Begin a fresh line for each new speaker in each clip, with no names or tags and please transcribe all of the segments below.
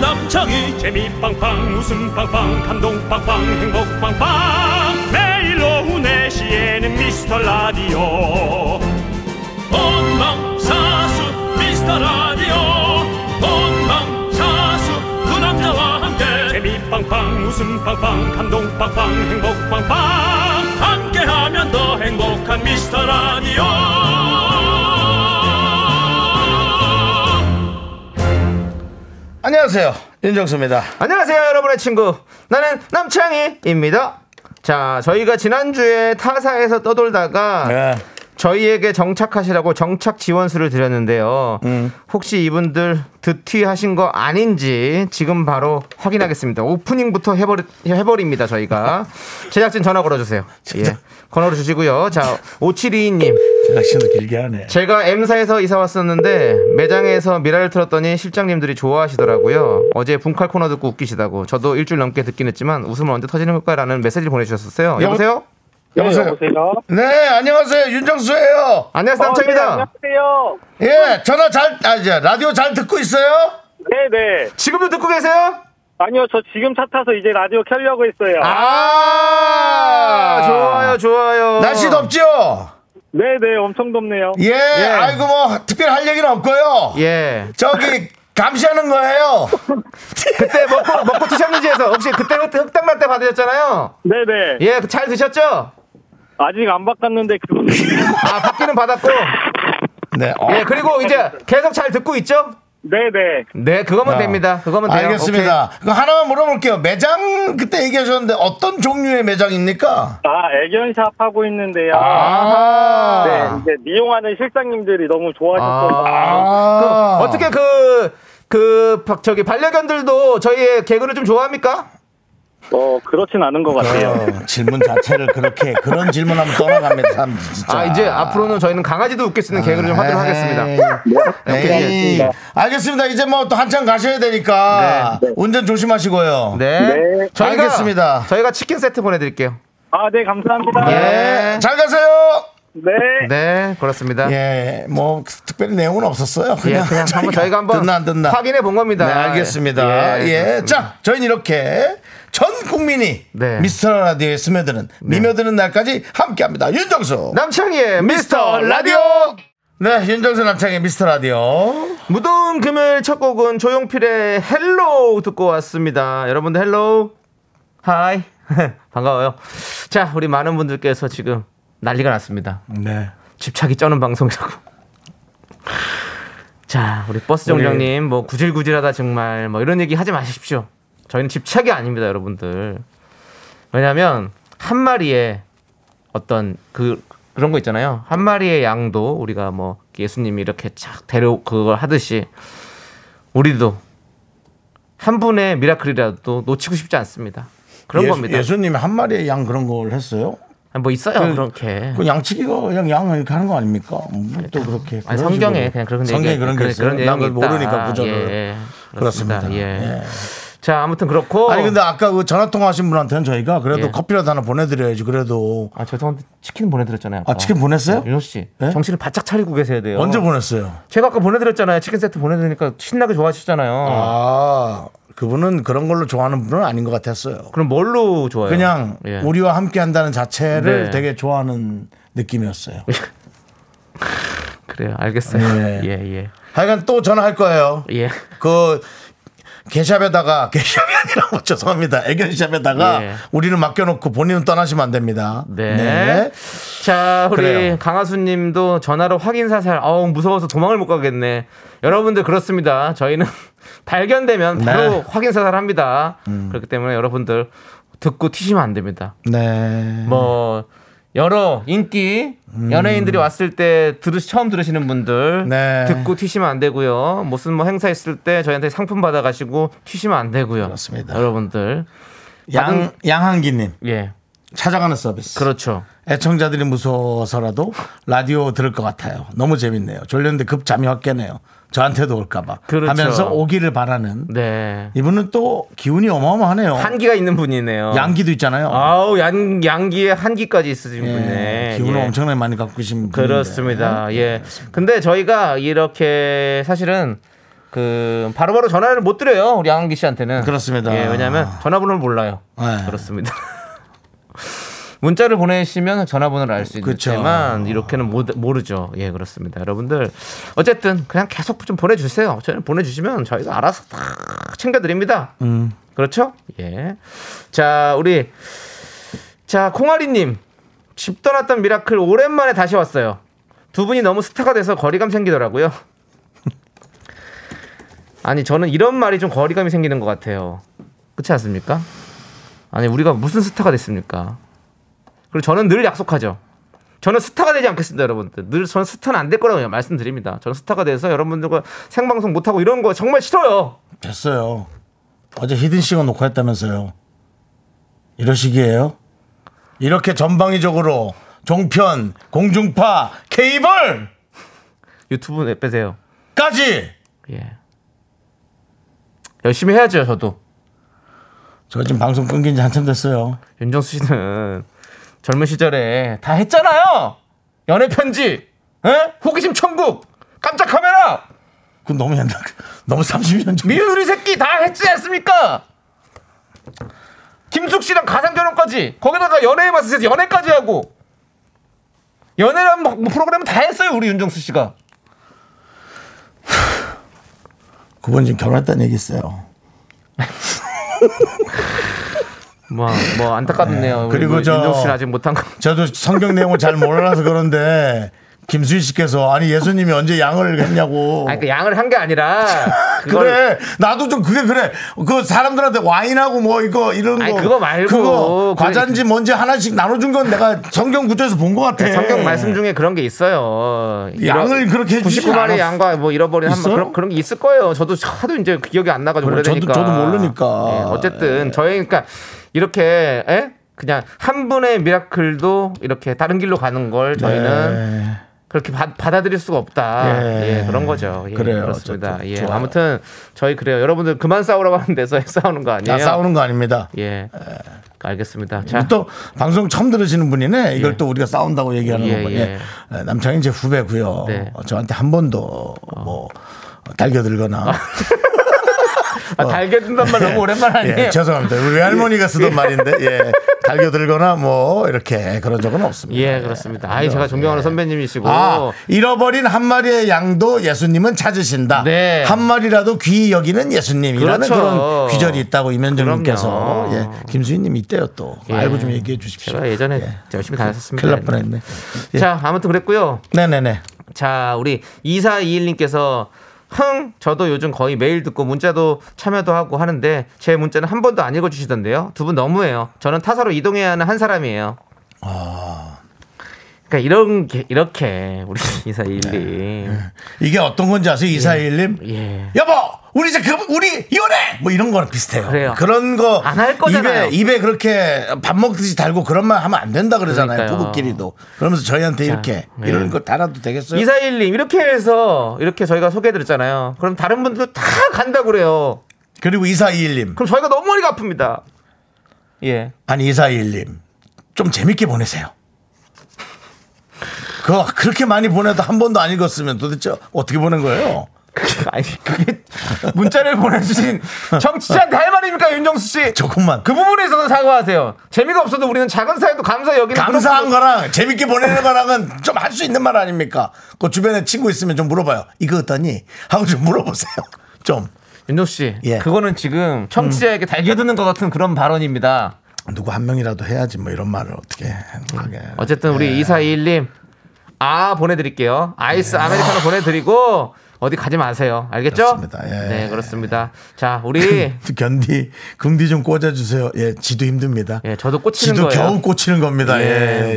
빵빵이 재미 빵빵 웃음 빵빵 감동 빵빵 행복 빵빵 매일 오후 네시에는 미스터 라디오 본방사수 미스터 라디오 본방사수 그 남자와 함께 재미 빵빵 웃음 빵빵 감동 빵빵 행복 빵빵 함께하면 더 행복한 미스터 라디오
안녕하세요. 윤정수입니다.
안녕하세요, 여러분의 친구. 나는 남창희입니다. 자, 저희가 지난주에 타사에서 떠돌다가
예.
저희에게 정착하시라고 정착 지원수를 드렸는데요. 혹시 이분들 드티하신 거 아닌지 지금 바로 확인하겠습니다. 오프닝부터 해버리, 해버립니다, 저희가. 제작진 전화 걸어주세요. 예. 번호를 주시고요. 자, 5722님.
제작진도 길게 하네.
제가 M사에서 이사 왔었는데 매장에서 미라를 틀었더니 실장님들이 좋아하시더라고요. 어제 분칼 코너 듣고 웃기시다고. 저도 일주일 넘게 듣긴 했지만 웃음은 언제 터지는 걸까라는 메시지를 보내주셨었어요. 여보세요?
여보세요? 네, 안녕하세요. 윤정수예요.
안녕하세요, 남창입니다.
안녕하세요.
어?
예, 전화 잘, 아, 이제 라디오 잘 듣고 있어요?
네네.
지금도 듣고 계세요?
아니요, 저 지금 차 타서 이제 라디오 켜려고 했어요.
아, 좋아요, 좋아요.
날씨 덥죠?
네네, 엄청 덥네요.
예, 아이고 뭐, 특별히 할 얘기는 없고요.
예.
저기, 감시하는 거예요.
그때 먹고, 먹고 드셨는지해서 혹시 그때 그때 흑당말 때 받으셨잖아요?
네네.
예, 그잘 드셨죠?
아직 안 바꿨는데 그건
아, 받기는 받았고.
네, 어.
예, 그리고 이제 계속 잘 듣고 있죠?
네네.
네, 그거면
아,
됩니다. 그거면 돼요.
알겠습니다. 그 하나만 물어볼게요. 매장 그때 얘기하셨는데 어떤 종류의 매장입니까?
아, 애견샵 하고 있는데요.
아,
네, 이제 미용하는 실장님들이 너무 좋아하셔서.
아.
그, 어떻게 그, 그, 박- 저기, 반려견들도 저희의 개그를 좀 좋아합니까?
어, 그렇진 않은 것 같아요.
어, 질문 자체를 그렇게 그런 질문하면 떠나갑니다. 참, 진짜.
아, 이제 앞으로는 저희는 강아지도 웃길 수 있는 개그를 좀 하도록 하겠습니다.
에이, 네. 에이.
네.
알겠습니다. 이제 뭐 또 한참 가셔야 되니까 운전 조심하시고요.
네.
네.
저희가,
알겠습니다.
저희가 치킨 세트 보내드릴게요.
아, 네, 감사합니다.
예.
잘 가세요.
네.
네, 그렇습니다. 예.
예, 뭐 특별히 내용은 없었어요. 그냥,
그냥, 한번 저희가 예. 한번
듣나 안 듣나
확인해 본 겁니다.
네, 알겠습니다. 예,
그렇습니다.
자, 저희는 이렇게 전 국민이
네.
미스터 라디오에 스며드는 미며드는 날까지 함께합니다. 윤정수.
남창희의 미스터 라디오!
네, 윤정수 남창의 미스터 라디오.
무더운 금요일 첫 곡은 조용필의 헬로우 듣고 왔습니다. 여러분들 헬로우. 하이. 반가워요. 자, 우리 많은 분들께서 지금 난리가 났습니다.
네.
집착이 쩌는 방송이라고. 자, 우리 버스 정장님 뭐 구질구질하다 정말 뭐 이런 얘기 하지 마십시오. 저희는 집착이 아닙니다, 여러분들. 왜냐하면 한 마리의 어떤 그 그런 거 있잖아요. 한 마리의 양도 우리가 뭐 예수님이 이렇게 착 데려 그걸 하듯이 우리도 한 분의 미라클이라도 놓치고 싶지 않습니다. 그런 겁니다.
예수님이 한 마리의 양 그런 걸 했어요?
뭐 있어요,
그-
그렇게.
그 양치기가 그냥 양을 이렇게 하는 거 아닙니까? 뭐또 그렇게. 그런
아니, 성경에
식으로.
그냥 그런
성경에
얘기-
그런 게
그런-
있어요.
그런 내용이
난 그걸
있다.
모르니까 구절을.
예,
그렇습니다.
예.
예.
자 아무튼 그렇고
아니 근데 아까 그 전화 통화하신 분한테는 저희가 그래도
어. 예.
커피라도 하나 보내드려야지 그래도
아 죄송한데 치킨 보내드렸잖아요. 아까.
아 치킨 보냈어요?
네, 윤호 씨
네?
정신을 바짝 차리고 계셔야 돼요.
언제 보냈어요?
제가 아까 보내드렸잖아요. 치킨 세트 보내드리니까 신나게 좋아하시잖아요.
아 그분은 그런 걸로 좋아하는 분은 아닌 것 같았어요.
그럼 뭘로 좋아요?
그냥
예.
우리와 함께한다는 자체를
네. 예.
되게 좋아하는 느낌이었어요.
그래요. 알겠어요.
예.
예 예
하여간 또 전화할 거예요.
예.
그 개샵에다가 개샵이 아니라 뭐 죄송합니다. 애견샵에다가
예.
우리는 맡겨놓고 본인은 떠나시면 안 됩니다.
네. 자 우리
그래요.
강하수님도 전화로 확인 사살. 어우 무서워서 도망을 못 가겠네. 여러분들 그렇습니다. 저희는 발견되면 바로
네. 음.
확인 사살합니다. 그렇기 때문에 여러분들 듣고 튀시면 안 됩니다.
네.
뭐 여러 인기 연예인들이 왔을 때 들으 처음 들으시는 분들
음. 네.
듣고 튀시면 안 되고요. 무슨 뭐 행사 있을 때 저희한테 상품 받아 가시고 튀시면 안 되고요.
그렇습니다.
여러분들.
양 양한기님
예.
찾아가는 서비스.
그렇죠.
애청자들이 무서워서라도 라디오 들을 것 같아요. 너무 재밌네요. 졸렸는데 급 잠이 확 깨네요. 저한테도 올까봐
그렇죠.
하면서 오기를 바라는
네.
이분은 또 기운이 어마어마하네요.
한기가 있는 분이네요.
양기도 있잖아요.
아우 양 양기에 한기까지 있으신
예,
분이네.
기운을
예.
엄청나게 많이 갖고 계신 분인데. 네.
그렇습니다. 예. 근데 저희가 이렇게 사실은 그 바로바로 전화를 못 드려요 우리 양한기 씨한테는
그렇습니다.
예, 왜냐하면 전화번호를 몰라요.
네.
그렇습니다. 문자를 보내시면 전화번호를 알 수
그쵸.
있지만 이렇게는 모, 모르죠. 예, 그렇습니다. 여러분들 어쨌든 그냥 계속 좀 보내주세요. 저는 보내주시면 저희가 알아서 다 챙겨드립니다. 그렇죠? 예. 자, 우리 자 콩아리님 집 떠났던 미라클 오랜만에 다시 왔어요. 두 분이 너무 스타가 돼서 거리감 생기더라고요. 아니 저는 이런 말이 좀 거리감이 생기는 것 같아요. 그렇지 않습니까? 아니 우리가 무슨 스타가 됐습니까? 그리고 저는 늘 약속하죠. 저는 스타가 되지 않겠습니다, 여러분들. 늘 저는 스타는 안 될 거라고 그냥 말씀드립니다. 저는 스타가 돼서 여러분들과 생방송 못 하고 이런 거 정말 싫어요.
됐어요. 어제 히든 씨가 녹화했다면서요. 이러시기에요? 이렇게 전방위적으로 종편, 공중파, 케이블까지
유튜브 내 빼세요. 예. 열심히 해야죠, 저도.
저 지금 방송 끊긴 지 한참 됐어요.
윤정수 씨는 젊은 시절에 다 했잖아요. 연애 편지, 에? 호기심 천국, 깜짝 카메라,
그건 너무 옛날, 너무 30년 전.
미우리 새끼 다 했지 않습니까? 김숙 씨랑 가상 결혼까지 거기다가 연애에 맞서서 연애까지 하고 연애란 뭐 프로그램은 다 했어요 우리 윤정수 씨가
그분 지금 결혼했다는 얘기 있어요.
뭐 뭐 안타깝네요
그리고
우리 뭐
저-
윤정수 씨는 아직 못한 거
저도 성경 내용을 잘 몰라서 그런데 김수희 씨께서 아니 예수님이 언제 양을 했냐고.
아니 그 양을 한 게 아니라 그걸
그래 나도 좀 그게 그래 그 사람들한테 와인하고 뭐 이거 이런
아니,
거
그거 말고.
그거
그게-
과자인지 뭔지 하나씩 나눠준 건 내가 성경 구조에서 본 것 같아
네,
예.
성경 말씀 중에 그런 게 있어요.
양을 그렇게 해주진
99마리
않았어.
양과 뭐 잃어버린 한
있어요?
그런, 그런 게 있을 거예요. 저도 하도 이제 기억이 안 나가지고
그래, 저도-
오래되니까.
저도 모르니까.
예, 어쨌든 저희 그러니까 이렇게 예? 그냥 한 분의 미라클도 이렇게 다른 길로 가는 걸 저희는
네.
그렇게 받, 받아들일 수가 없다.
예.
예, 그런 거죠. 예,
그래요.
그렇습니다.
어쨌든
예,
좋아요.
아무튼 저희 그래요. 여러분들 그만 싸우라고 하는 데서 싸우는 거 아니에요?
나 싸우는 거 아닙니다
예. 알겠습니다. 자,
또 방송 처음 들으시는 분이네 이걸
예.
또 우리가 싸운다고 얘기하는
예,
거군요
예.
예, 남창이 제 후배고요
네. 어.
어, 저한테 한 번도 뭐 달겨들거나
아, 달걀 든단 말 너무 오랜만 아니에요?
예, 죄송합니다 우리 외할머니가 쓰던 말인데 예, 달겨들거나 뭐 이렇게 그런 적은 없습니다
예, 그렇습니다. 아이 제가 존경하는 선배님이시고
네. 아, 잃어버린 한 마리의 양도 예수님은 찾으신다.
네.
한 마리라도 귀히 여기는 예수님이라는
그렇죠.
그런 귀절이 있다고 임현정님께서
그럼요.
예, 김수희님 있대요 또
예.
알고 좀 얘기해 주십시오.
제가 예전에
예.
열심히 다녔었습니다.
큰일 날 뻔했네. 예.
자, 아무튼 그랬고요.
네네네.
자, 우리 2421님께서 흥, 저도 요즘 거의 매일 듣고 문자도 참여도 하고 하는데 제 문자는 한 번도 안 읽어주시던데요. 두 분 너무해요. 저는 타사로 이동해야 하는 한 사람이에요.
아.
그러니까 이런 게 이렇게 우리 2421님
이게 어떤 건지 아세요, 이사일님?
예.
여보, 우리 이제 그 우리 이혼해. 뭐 이런 거랑 비슷해요.
그래요.
런 거.
안할 거잖아요.
입에 입에 그렇게 밥 먹듯이 달고 그런 말 하면 안 된다 그러잖아요.
그러니까요.
부부끼리도. 그러면서 저희한테 이렇게
예.
이런 거 달아도 되겠어요?
이사일님 이렇게 해서 이렇게 저희가 소개해드렸잖아요. 그럼 다른 분들도 다 간다 그래요.
그리고 이사이일님.
그럼 저희가 너무 머리가 아픕니다. 예.
아니 이사일님 좀 재밌게 보내세요. 그거 그렇게 많이 보내도 한 번도 안 읽었으면 도대체 어떻게 보낸 거예요?
아니 그게 문자를 보내주신 정치자한테 할 말입니까 윤정수 씨?
조금만
그 부분에서는 사과하세요. 재미가 없어도 우리는 작은 사회도 감사 여기는
감사한 거랑 재밌게 보내는 거랑은 좀 할 수 있는 말 아닙니까? 그 주변에 친구 있으면 좀 물어봐요. 이거 어떠니? 하고 좀 물어보세요. 좀
윤정수 씨,
예.
그거는 지금 청취자에게 달게 드는 것 같은 그런 발언입니다.
누구 한 명이라도 해야지 뭐 이런 말을 어떻게 하게.
어쨌든
예.
우리 2421님 아 보내드릴게요. 아이스 아메리카노 보내드리고 어디 가지 마세요. 알겠죠?
그렇습니다. 예.
네 그렇습니다. 자 우리
견디 금디 좀 꽂아주세요. 예, 지도 힘듭니다.
예, 저도 꽂히는
지도
거예요.
겨우 꽂히는 겁니다.
예,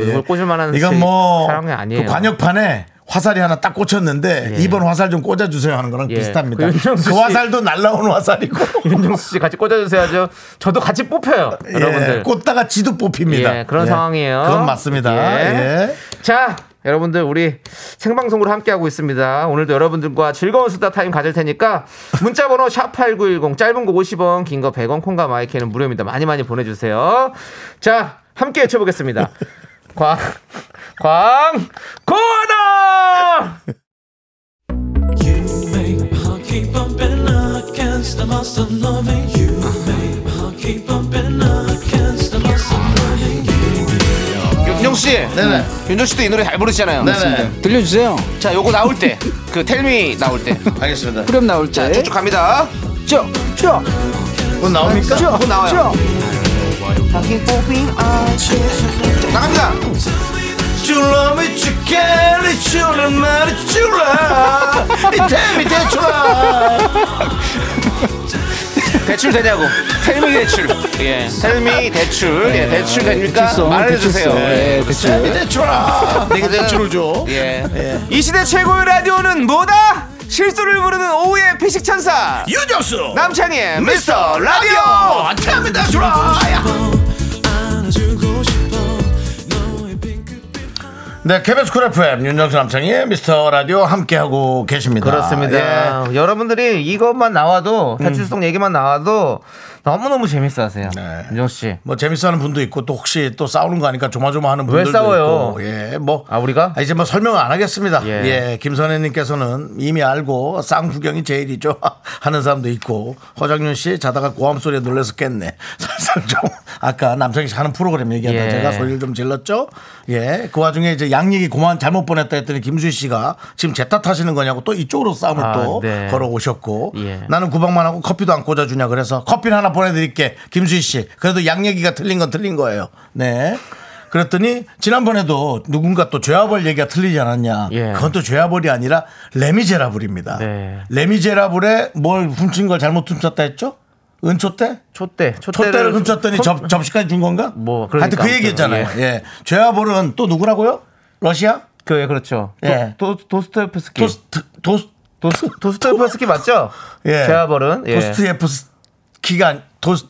예,
이걸 꽂을 만한
이건 뭐
사람이 아니에요.
그 관역판에 화살이 하나 딱 꽂혔는데
예.
이번 화살 좀 꽂아주세요 하는 거랑
예,
비슷합니다.
그
그,
윤정수 씨.
화살도 날라오는 화살이고
윤정수 씨 같이 꽂아주세요죠. 저도 같이 뽑혀요.
예,
여러분들
꽂다가 지도 뽑힙니다.
예, 그런
예,
상황이에요.
그건 맞습니다.
예.
예.
자, 여러분들 우리 생방송으로 함께하고 있습니다. 오늘도 여러분들과 즐거운 수다 타임 가질 테니까 문자 번호 샵8910 짧은 거 50원, 긴 거 100원, 콩과 마이크는 무료입니다. 많이 많이 보내 주세요. 자, 함께 외쳐 보겠습니다. 광 광고나
You make my heart keep bumping, against the must of loving you, babe. I'll keep up and against the must of loving you.
윤정 씨,
네네.
윤정 씨도 이 노래 잘 부르시잖아요.
네네.
들려주세요.
자, 요거 나올 때, 그 텔미 나올 때,
알겠습니다.
그럼 나올 때.
쭉쭉 갑니다.
쭉, 쭉,
그건 나옵니까?
쭉,
쭉 나와요.
쭉.
나갑니다.
You love me, you care, you love me, you love. 이 템이 대출아.
대출 되냐고. 텔미 대출. 예. 텔미 대출.
네.
예. 대출 됩니까?
대출성,
말해주세요.
대출성.
예.
예, 대출.
이 대출아. 내가 네, 그 대출을 줘.
예. 이 시대 최고의 라디오는 뭐다? 실수를 부르는 오후의 피식 천사.
유정수.
남창희의 미스터 라디오.
라디오. 템이 대출아.
안아주고 싶어. 너의 핑크
네, KBS 쿨 FM 윤정수 남창희의 미스터 라디오 함께하고 계십니다. 음. 예.
그렇습니다. 아, 여러분들이 이것만 나와도 대출성 얘기만 나와도 너무 너무 재밌어하세요.
네.
윤정 씨.
뭐 재밌어하는 분도 있고 또 혹시 또 싸우는 거 아니까 조마조마하는
왜
분들도
싸워요?
있고 예뭐
아, 우리가?
이제 뭐 설명을 안 하겠습니다 예,
예.
김선혜님께서는 이미 알고 쌍구경이 제일이죠 하는 사람도 있고 허장윤 씨 자다가 고함 소리에 놀라서 깼네 살살 좀 아까 남성희 씨 하는 프로그램 얘기하다
예.
제가 소리를 좀 질렀죠 예그 와중에 이제 양 얘기 고만 잘못 보냈다 했더니 김수희 씨가 지금 제 탓하시는 거냐고 또 이쪽으로 싸움을
아,
또
네.
걸어오셨고
예.
나는 구박만 하고 커피도 안 꽂아주냐 그래서 커피 를 하나 보내드릴게 김수희 씨 그래도 양 얘기가 틀린 건 틀린 거예요 네 그랬더니 지난번에도 누군가 또 죄아벌 얘기가 틀리지 않았냐
예.
그건 또 죄아벌이 아니라 레미제라블입니다
네.
레미제라블에 뭘 훔친 걸 잘못 훔쳤다 했죠 은초 때
촛대. 촛대를,
촛대를 훔쳤더니 접, 접시까지 준 건가
뭐,
하여튼
그러니까
그 얘기했잖아요
아무튼,
예. 죄아벌은 또 누구라고요 러시아
그, 예, 그렇죠.
예.
도, 도, 도스토옙스키. 도스,
도스트 도스
도스, 도스토옙스키 맞죠?
예.
제아벌은 예.
도스트예프스키가 아니- 도스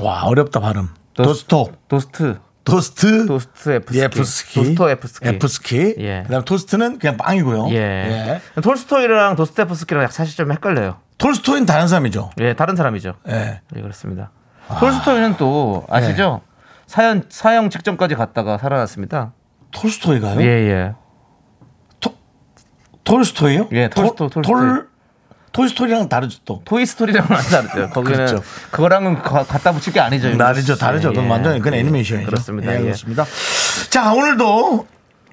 와 어렵다 발음.
도스-
도스토
도스트.
도스트
도스트옙스키.
예프스키
도스토옙스키.
에프스키.
예.
그다음 토스트는 그냥 빵이고요.
예.
예.
톨스토이랑 도스토옙스키랑 사실 좀 헷갈려요.
톨스토이는 다른 사람이죠.
예, 다른 사람이죠.
예. 아.
예, 그렇습니다. 톨스토이는 또 아시죠? 사형 사형 직전까지 갔다가 살아났습니다.
톨스토이가요?
예, 예.
톨스토이요?
예, 톨스토,
톨-
톨스토이.
톨 톨스토이랑 다르죠 또.
토이스토리랑은 다르죠. 거기는
그렇죠.
그거랑은 갖다 붙일 게 아니죠. 윤정
다르죠,
씨.
다르죠. 그건
예.
완전히 그건
예,
애니메이션이죠.
그렇습니다.
예,
예.
그렇습니다. 자, 오늘도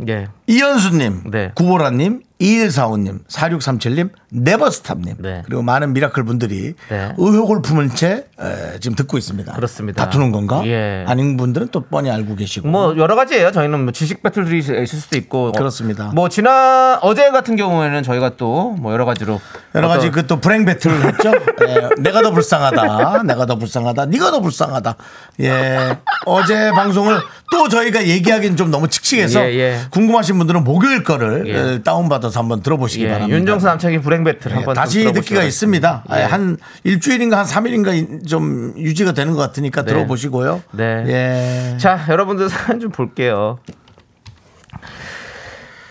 예.
이현수님,
네.
구보라님, 2145님, 4637님, 네버스탑님,
네.
그리고 많은 미라클 분들이
네.
의혹을 품은 채 에, 지금 듣고 있습니다.
그렇습니다.
다투는 건가?
예.
아닌 분들은 또 뻔히 알고 계시고.
뭐 여러 가지예요. 저희는 뭐 지식 배틀들이 있을 수도 있고 어,
그렇습니다.
뭐 지난 어제 같은 경우에는 저희가 또 뭐 여러 가지로
여러 가지
어떤-
그 또 불행 배틀을 했죠. 예, 내가 더 불쌍하다. 내가 더 불쌍하다. 네가 더 불쌍하다. 예. 어제 방송을 또 저희가 얘기하기는 좀 너무 칙칙해서
예, 예.
궁금하신 분들은 목요일 거를
예.
에, 다운받아서 한번 들어보시기
예,
바랍니다.
윤정수 남창의 불행 배틀
예,
한번 좀
다시
들어보시기
듣기가
바랍니다.
있습니다.
예.
예, 한 일주일인가 한 3일인가 좀 유지가 되는 것 같으니까
네.
들어보시고요.
네.
예.
자, 여러분들 사연 좀 볼게요.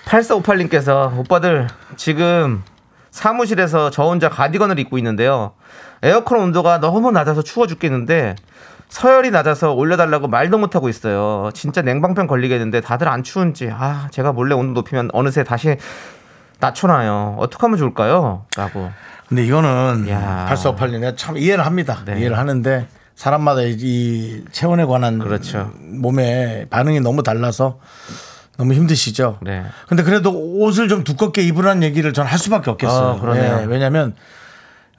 8458님께서 오빠들 지금 사무실에서 저 혼자 가디건을 입고 있는데요. 에어컨 온도가 너무 낮아서 추워 죽겠는데 서열이 낮아서 올려달라고 말도 못하고 있어요. 진짜 냉방병 걸리겠는데 다들 안 추운지 아 제가 몰래 온도 높이면 어느새 다시 낮춰놔요. 어떻게 하면 좋을까요? 라고
근데 이거는
야.
8486에 참 이해를 합니다.
네.
이해를 하는데 사람마다 이- 이 체온에 관한
그렇죠.
몸의 반응이 너무 달라서 너무 힘드시죠.
네.
근데 그래도 옷을 좀 두껍게 입으라는 얘기를 전 할 수밖에 없겠어요.
아, 그러네요.
왜냐하면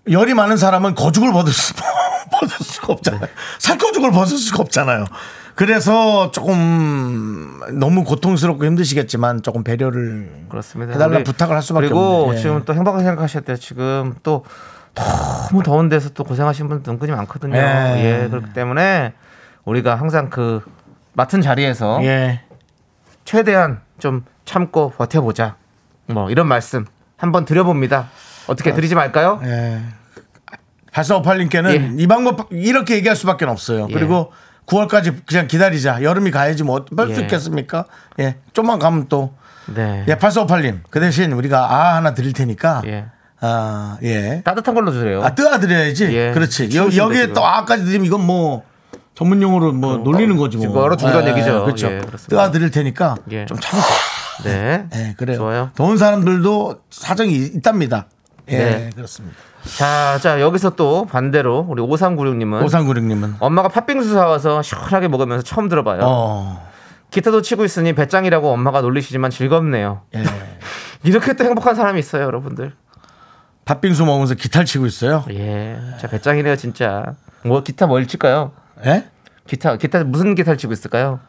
열이 많은 사람은 거죽을 벗을, 수, 벗을 수가
네.
없잖아요. 살거죽을 벗을 수가 없잖아요. 그래서 조금 너무 고통스럽고 힘드시겠지만 조금 배려를
그렇습니다.
해달라
우리-
부탁을 할 수밖에
그리고
없는데. 예.
지금 또 행복하게 생각하실 때 지금 또 너무 더운 데서 또 고생하시는 분들 은근히 많거든요.
예.
예. 그렇기 때문에 우리가 항상 그 맡은 자리에서
예.
최대한 좀 참고 버텨보자. 뭐 이런 말씀 한번 드려봅니다.
아.
어떻게 드리지 말까요?
예. 8458님께는 이 방법 이렇게 얘기할 수밖에 없어요.
예.
그리고 9월까지 그냥 기다리자. 여름이 가야지 뭐 어떨 수
예.
있겠습니까? 예. 좀만 가면 또.
네.
예, 8458님. 그 대신 우리가 아 하나 드릴 테니까.
예.
아, 예.
따뜻한 걸로 주세요.
아, 뜨아 드려야지.
예.
그렇지. 여,
추우신데
여기에
지금.
또 아까지 드리면 이건 뭐 전문 용어로 뭐 놀리는 거지 뭐.
지금 얼어 죽으란 얘기죠.
그렇죠.
예, 그렇습니다.
뜨아 드릴 테니까
예.
좀 참으세요.
네.
예, 그래요.
좋아요.
더운 사람들도 사정이 있답니다. 예,
네.
그렇습니다.
자, 자 여기서 또 반대로 우리 5396님은
오상구령님은
엄마가 팥빙수 사와서 시원하게 먹으면서 처음 들어봐요.
어,
기타도 치고 있으니 배짱이라고 엄마가 놀리시지만 즐겁네요.
예.
이렇게 또 행복한 사람이 있어요, 여러분들.
팥빙수 먹으면서 기타를 치고 있어요.
예, 자 배짱이네요, 진짜. 뭐 기타 뭘 칠까요?
예?
기타, 기타 무슨 기타를 치고 있을까요?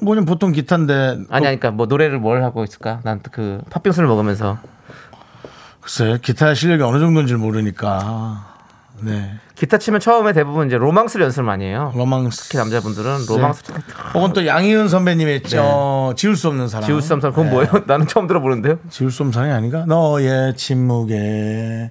뭐냐 보통 기타인데
아니, 아니, 그러니까 뭐 노래를 뭘 하고 있을까? 난 그 팥빙수를 먹으면서
글쎄요 기타 실력이 어느 정도인지 모르니까 네
기타 치면 처음에 대부분 이제 로망스를 연습 많이 해요.
로망스
특히
네.
남자분들은 로망스
혹은 또 양희은 선배님의 있죠 지울 수 없는 사랑
지우쌈 그건
네.
뭐예요? 나는 처음 들어보는데요.
지울 수 없는 사랑이 아닌가 너의 침묵에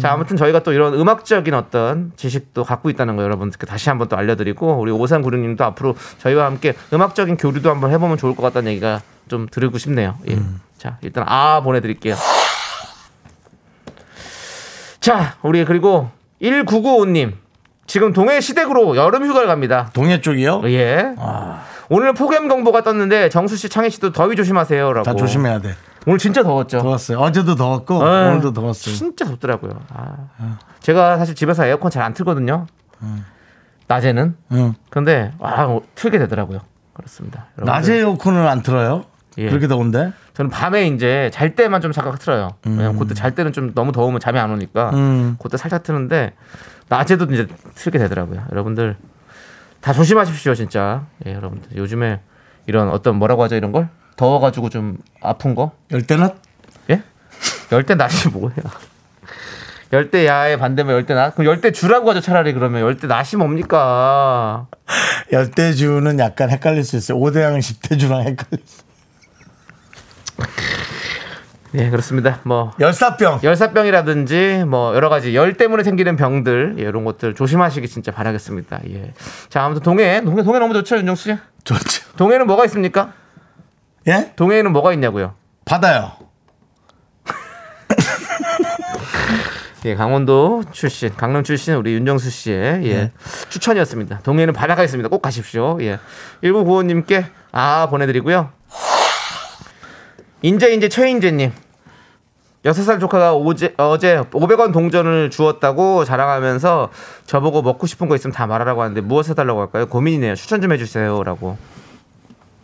자, 아무튼 저희가 또 이런 음악적인 어떤 지식도 갖고 있다는 거 여러분들께 다시 한번 또 알려드리고 우리 오산구룡님도 앞으로 저희와 함께 음악적인 교류도 한번 해보면 좋을 것 같다는 얘기가 좀 드리고 싶네요. 예. 자, 일단 아 보내드릴게요. 자, 우리 그리고 1995님 지금 동해 시댁으로 여름 휴가를 갑니다.
동해 쪽이요
예. 오늘 폭염 경보가 떴는데 정수 씨, 창희 씨도 더위 조심하세요라고.
다 조심해야 돼
오늘 진짜 더웠죠.
더웠어요. 어제도 더웠고
아,
오늘도 더웠어요.
진짜 덥더라고요. 아. 제가 사실 집에서 에어컨 잘 안 틀거든요. 낮에는.
응.
그런데 아, 어, 틀게 되더라고요. 그렇습니다. 여러분들.
낮에 에어컨을 안 틀어요?
예.
그렇게 더운데?
저는 밤에 이제 잘 때만 좀 잠깐 틀어요. 왜냐면 그때 잘 때는 좀 너무 더우면 잠이 안 오니까
음.
그때 살짝 트는데 낮에도 이제 틀게 되더라고요. 여러분들 다 조심하십시오 진짜. 예, 여러분들 요즘에 이런 어떤 뭐라고 하죠 이런 걸 더워가지고 좀 아픈 거
열대낮?
예? 열대 낮이 뭐예요? 열대 야에 반대면 열대 낮? 그럼 열대 주라고 하죠 차라리 그러면 열대 낮이 뭡니까?
열대주는 약간 헷갈릴 수 있어요. 5대양 10대주랑 헷갈릴 수 있어요.
예 그렇습니다. 뭐
열사병.
열사병이라든지 뭐 여러 가지 열 때문에 생기는 병들 예, 이런 것들 조심하시기 진짜 바라겠습니다. 예. 자 아무튼 동해 동해 동해 너무 좋죠 윤정 씨.
좋죠.
동해는 뭐가 있습니까?
예?
동해에는 뭐가 있냐고요?
바다요.
예, 강원도 출신, 강릉 출신 우리 윤정수 씨의 예, 추천이었습니다. 동해는 바다가 있습니다. 꼭 가십시오. 예. 1995님께 아 보내드리고요. 인제 인제 최인재님. 6살 조카가 어제, 어제 500원 동전을 주었다고 자랑하면서 저보고 먹고 싶은 거 있으면 다 말하라고 하는데 무엇 해달라고 할까요? 고민이네요. 추천 좀 해주세요. 라고.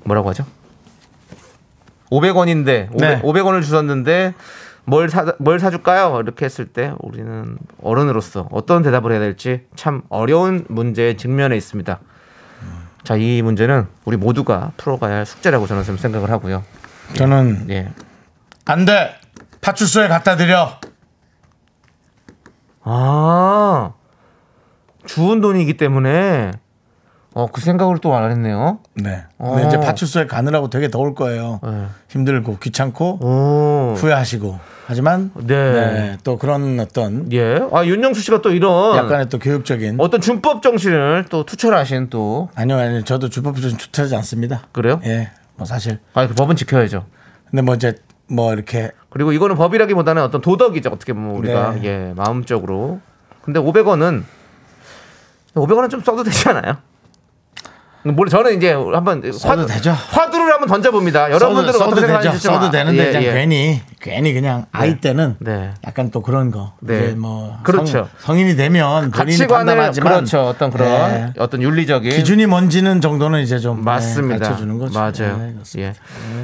뭐라고 하죠? 500원인데
네.
500, 원을 주셨는데 뭘, 사, 뭘 사줄까요? 이렇게 했을 때 우리는 어른으로서 어떤 대답을 해야 될지 참 어려운 문제에 직면해 있습니다. 자, 이 문제는 우리 모두가 풀어가야 할 숙제라고 저는 좀 생각을 하고요.
저는
예.
안 돼. 파출소에 갖다 드려.
아, 주운 돈이기 때문에 어, 그 생각을 또 안 했네요.
네. 근데
어.
이제 파출소에 가느라고 되게 더울 거예요.
네.
힘들고 귀찮고
오.
후회하시고. 하지만
어. 네.
네, 또 그런 어떤
예. 아, 윤영수 씨가 또 이런
약간의 또 교육적인
어. 어떤 준법 정신을 또 투철하신 또
아니요, 아니요. 저도 주법적인 추천하지 않습니다.
그래요?
예. 뭐 사실
아, 그 법은 지켜야죠.
근데 뭐 이제 뭐 이렇게
그리고 이거는 법이라기보다는 어떤 도덕이죠. 어떻게 보면 우리가
네.
예, 마음적으로. 근데 500원은 500원은 좀 써도 되지 않아요? 뭘 저는 이제 한번
써도 되죠.
화두를 한번 던져 봅니다. 여러분들은
써도, 써도 되죠.
어떻게 생각하실지 좀
써도
아-
되는데
예,
그냥
예.
괜히 괜히 그냥 아이 때는
네.
약간 또 그런 거.
네.
이제 뭐
그렇죠.
성, 인이 되면 본인이
가치관을
판단하지만
그렇죠. 어떤 그런
네.
어떤 윤리적인
기준이 뭔지는 정도는 이제 좀 네,
맞습니다.
가르쳐 주는 거죠.
맞아요.
네, 그렇습니다.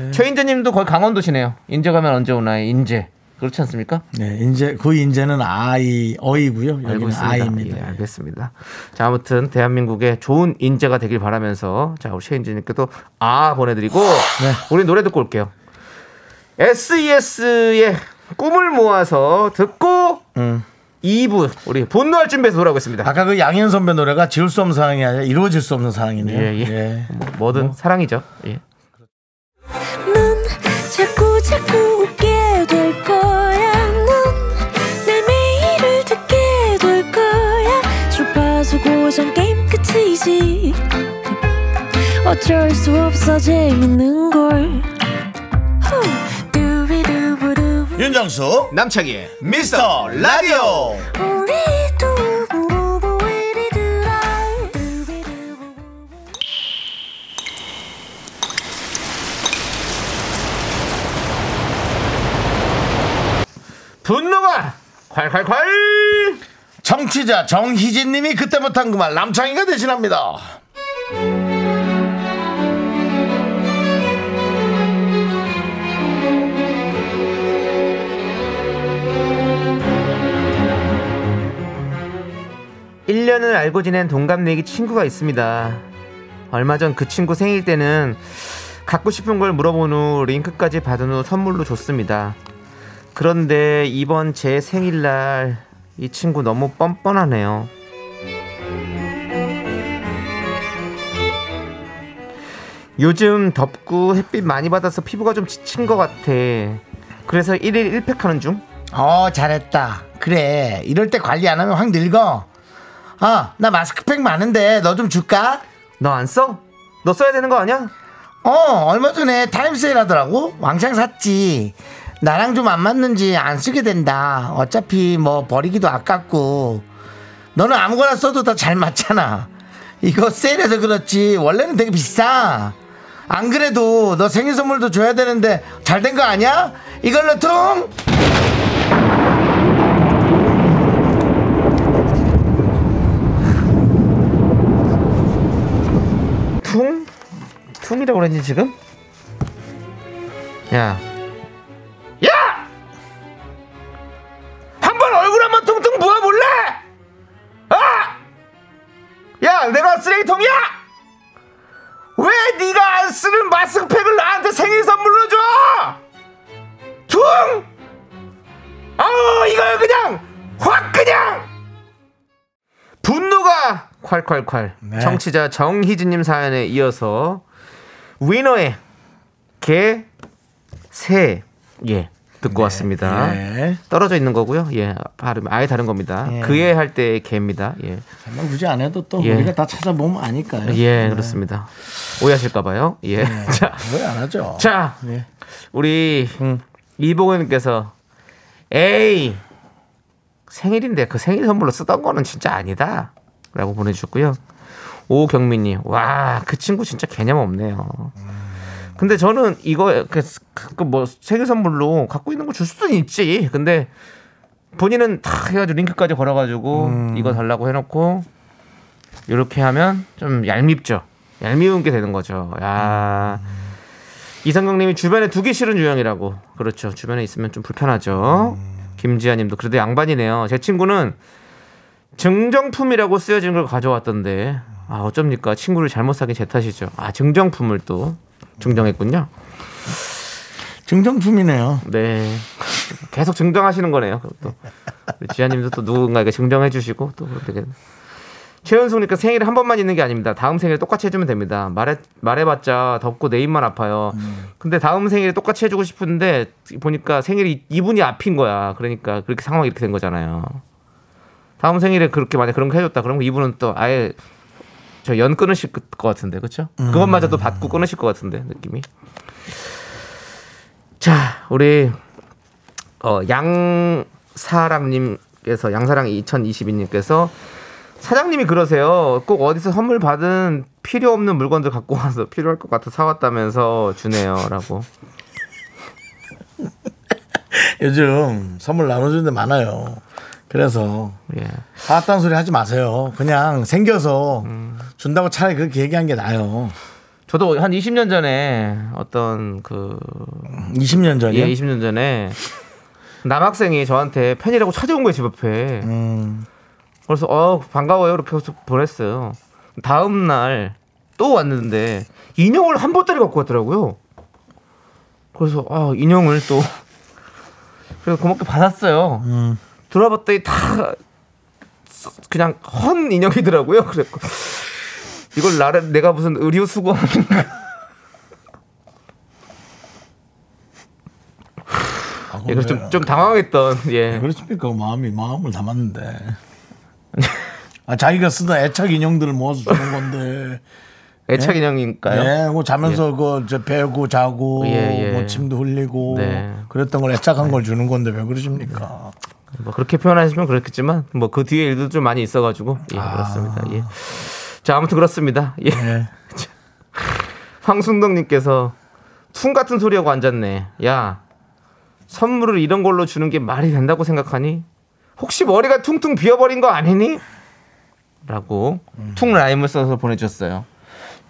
예. 최인재님도 거의 강원도시네요. 인제 가면 언제 오나요? 인제 그렇지 않습니까?
네, 인제 그 인제는 아이 어이고요.
알고
여기는
있습니다.
아이입니다.
예, 알겠습니다. 자, 아무튼 대한민국의 좋은 인재가 되길 바라면서 자, 우리 최인재님께도 아 보내드리고 우리 노래 듣고 올게요. SES의 꿈을 모아서 듣고 2부 우리 분노할 준비해서 음. 돌아오겠습니다.
아까 그 양현 선배 노래가 지울 수 없는 상황이 아니라 이루어질 수 없는 상황이네요.
예, 예. 뭐, 든 사랑이죠. 예.
넌 자꾸 자꾸 웃게 될 거야. 넌내 매일을 듣게 되지 어쩔 수 없어 재밌는 걸 후. 두비두부두부.
윤정수
남창희의
미스터 라디오
우리 두부부부 우리들아. 두비두부부부.
분노가 콸콸콸
정취자 정희진님이 그때 못한 그 말 남창희가 대신합니다.
일년을 알고 지낸 동갑내기 친구가 있습니다. 얼마 전 그 친구 생일 때는 갖고 싶은 걸 물어본 후 링크까지 받은 후 선물로 줬습니다. 그런데 이번 제 생일날 이 친구 너무 뻔뻔하네요. 요즘 덥고 햇빛 많이 받아서 피부가 좀 지친 것 같아. 그래서 1일 1팩 하는 중?
어 잘했다. 그래 이럴 때 관리 안 하면 확 늙어. 아나 마스크팩 많은데 너 좀 줄까?
너 안 써? 너 써야 되는 거 아니야?
어 얼마 전에 타임세일 하더라고 왕창 샀지. 나랑 좀 안 맞는지 안 쓰게 된다. 어차피 뭐 버리기도 아깝고 너는 아무거나 써도 다 잘 맞잖아. 이거 세일해서 그렇지 원래는 되게 비싸. 안 그래도 너 생일 선물도 줘야 되는데 잘 된 거 아니야? 이걸로 퉁
퉁? 퉁이라고 그랬니 지금? 야 야! 한 번 얼굴 한 번 퉁퉁 부어볼래?
어?
아! 야 내가 쓰레기통이야? 왜 네가 안 쓰는 마스크팩을 나한테 생일 선물로 줘? 퉁! 아우 이걸 그냥 확 그냥 분노가 콸콸콸 청취자 정희진님 사연에 이어서 위너의 개, 새, 예 듣고 왔습니다.
네.
떨어져 있는 거고요. 예 발음 아예 다른 겁니다.
예.
그의 할 때의 개입니다. 예,
정말 굳이 안 해도 또
예.
우리가 다 찾아보면 아니까요. 네.
예 그렇습니다. 오해하실까봐요. 예, 자,
왜 안 하죠?
자
예.
우리 이복은님께서 에이 생일인데 그 생일 선물로 쓰던 거는 진짜 아니다 라고 보내주셨고요 오경민님 와 그 친구 진짜 개념 없네요 근데 저는 이거 그뭐 생일 선물로 갖고 있는 거 줄 수는 있지 근데 본인은 다 해가지고 링크까지 걸어가지고 이거 달라고 해놓고 이렇게 하면 좀 얄밉죠 얄미운 게 되는 거죠 야 이상경님이 주변에 두기 싫은 유형이라고. 그렇죠. 주변에 있으면 좀 불편하죠. 김지아님도 그래도 양반이네요. 제 친구는 증정품이라고 쓰여진 걸 가져왔던데 아 어쩝니까 친구를 잘못 사긴 제 탓이죠. 아 증정품을 또 증정했군요.
증정품이네요.
네. 계속 증정하시는 거네요. 그럼 또 우리 지아님도 또 누군가에게 증정해주시고 또 되게 최현숙니까 생일 한 번만 있는 게 아닙니다. 다음 생일에 똑같이 해주면 됩니다. 말해 말해봤자 덥고 내 입만 아파요. 근데 다음 생일에 똑같이 해주고 싶은데 보니까 생일이 이분이 앞인 거야. 그러니까 그렇게 상황이 이렇게 된 거잖아요. 다음 생일에 그렇게 만약 그런 거 해줬다 그러면 이분은 또 아예 저 연 끊으실 것 같은데 그렇죠? 그것마저 도 받고 끊으실 것 같은데 느낌이. 자, 우리 어, 양사랑님께서 양사랑 2022님께서 사장님이 그러세요. 꼭 어디서 선물 받은 필요 없는 물건들 갖고 와서 필요할 것 같아 사왔다면서 주네요라고.
요즘 선물 나눠주는 데 많아요. 그래서
예.
사악단 소리 하지 마세요. 그냥 생겨서
음.
준다고 차라리 그렇게 얘기한 게 나아요.
저도 한 20년 전에 어떤 그
20년 전이요.
예, 20년 전에 남학생이 저한테 팬이라고 찾아온 거예요 집 앞에.
음,
그래서 어 반가워요 이렇게 해서 보냈어요. 다음 날 또 왔는데 인형을 한 보따리 갖고 왔더라고요. 그래서 아 인형을 또 그래서 고맙게 받았어요. 들어봤더니 다 쓰- 그냥 헌 인형이더라고요. 그랬고 이걸 나를 내가 무슨 의료 수거하는가
아,
이거 좀좀
좀 네.
당황했던 예.
그렇습니까? 마음이 마음을 담았는데. 아, 자기가 쓰던 애착 인형들을 모아서 주는 건데.
애착 인형인가요?
예, 뭐 자면서 그 이제 배고 자고
예, 예.
뭐 침도 흘리고
네.
그랬던 걸 애착한 걸 주는 건데 왜 그러십니까?
뭐 그렇게 표현하시면 그렇겠지만 뭐 그 뒤에 일도 좀 많이 있어가지고 예 그렇습니다. 예. 자 아무튼 그렇습니다. 예.
예.
황순덕님께서 퉁 같은 소리하고 앉았네. 야 선물을 이런 걸로 주는 게 말이 된다고 생각하니? 혹시 머리가 퉁퉁 비어버린 거 아니니? 라고 퉁 라임을 써서 보내주셨어요.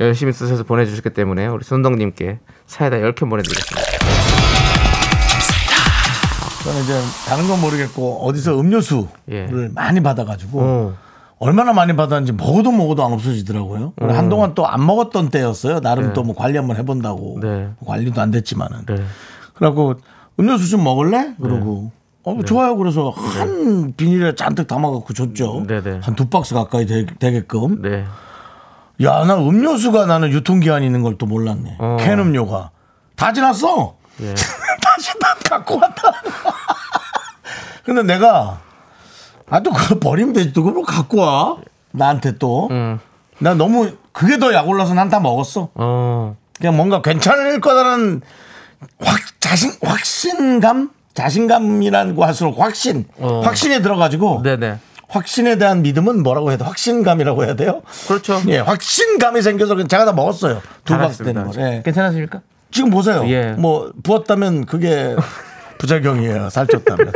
열심히 쓰셔서 보내주셨기 때문에 우리 순덕님께 사이다 10캔 보내드리겠습니다.
저는 이제 다른 건 모르겠고 어디서 음료수를
예.
많이 받아가지고
어.
얼마나 많이 받았는지 먹어도 먹어도 안 없어지더라고요. 그리고 한동안 또 안 먹었던 때였어요. 나름 또 뭐 관리 한번 해본다고 뭐
네.
관리도 안 됐지만은.
네.
그래갖고 음료수 좀 먹을래? 그러고 어
네.
좋아요. 그래서 한 비닐에 잔뜩 담아갖고 줬죠.
네, 네.
한 두 박스 가까이 되, 게끔
네.
야, 난 음료수가 나는 유통기한 이 있는 걸 또 몰랐네.
어.
캔 음료가. 다 지났어!
예.
다시 난 갖고 왔다. 근데 내가, 아, 또 그걸 버리면 되지. 또 그걸 갖고 와. 나한테 또.
음.
나 너무, 그게 더 약올라서 난 다 먹었어.
어.
그냥 뭔가 괜찮을 거라는 확, 자신, 확신감? 자신감이라고 할수록 확신.
어.
확신이 들어가지고.
네네.
확신에 대한 믿음은 뭐라고 해야 돼? 확신감이라고 해야 돼요?
그렇죠.
예, 확신감이 생겨서 그냥 제가 다 먹었어요. 두 박스 되는 거. 예.
괜찮으십니까?
지금 보세요.
예.
뭐 부었다면 그게 부작용이에요. 살쪘다면.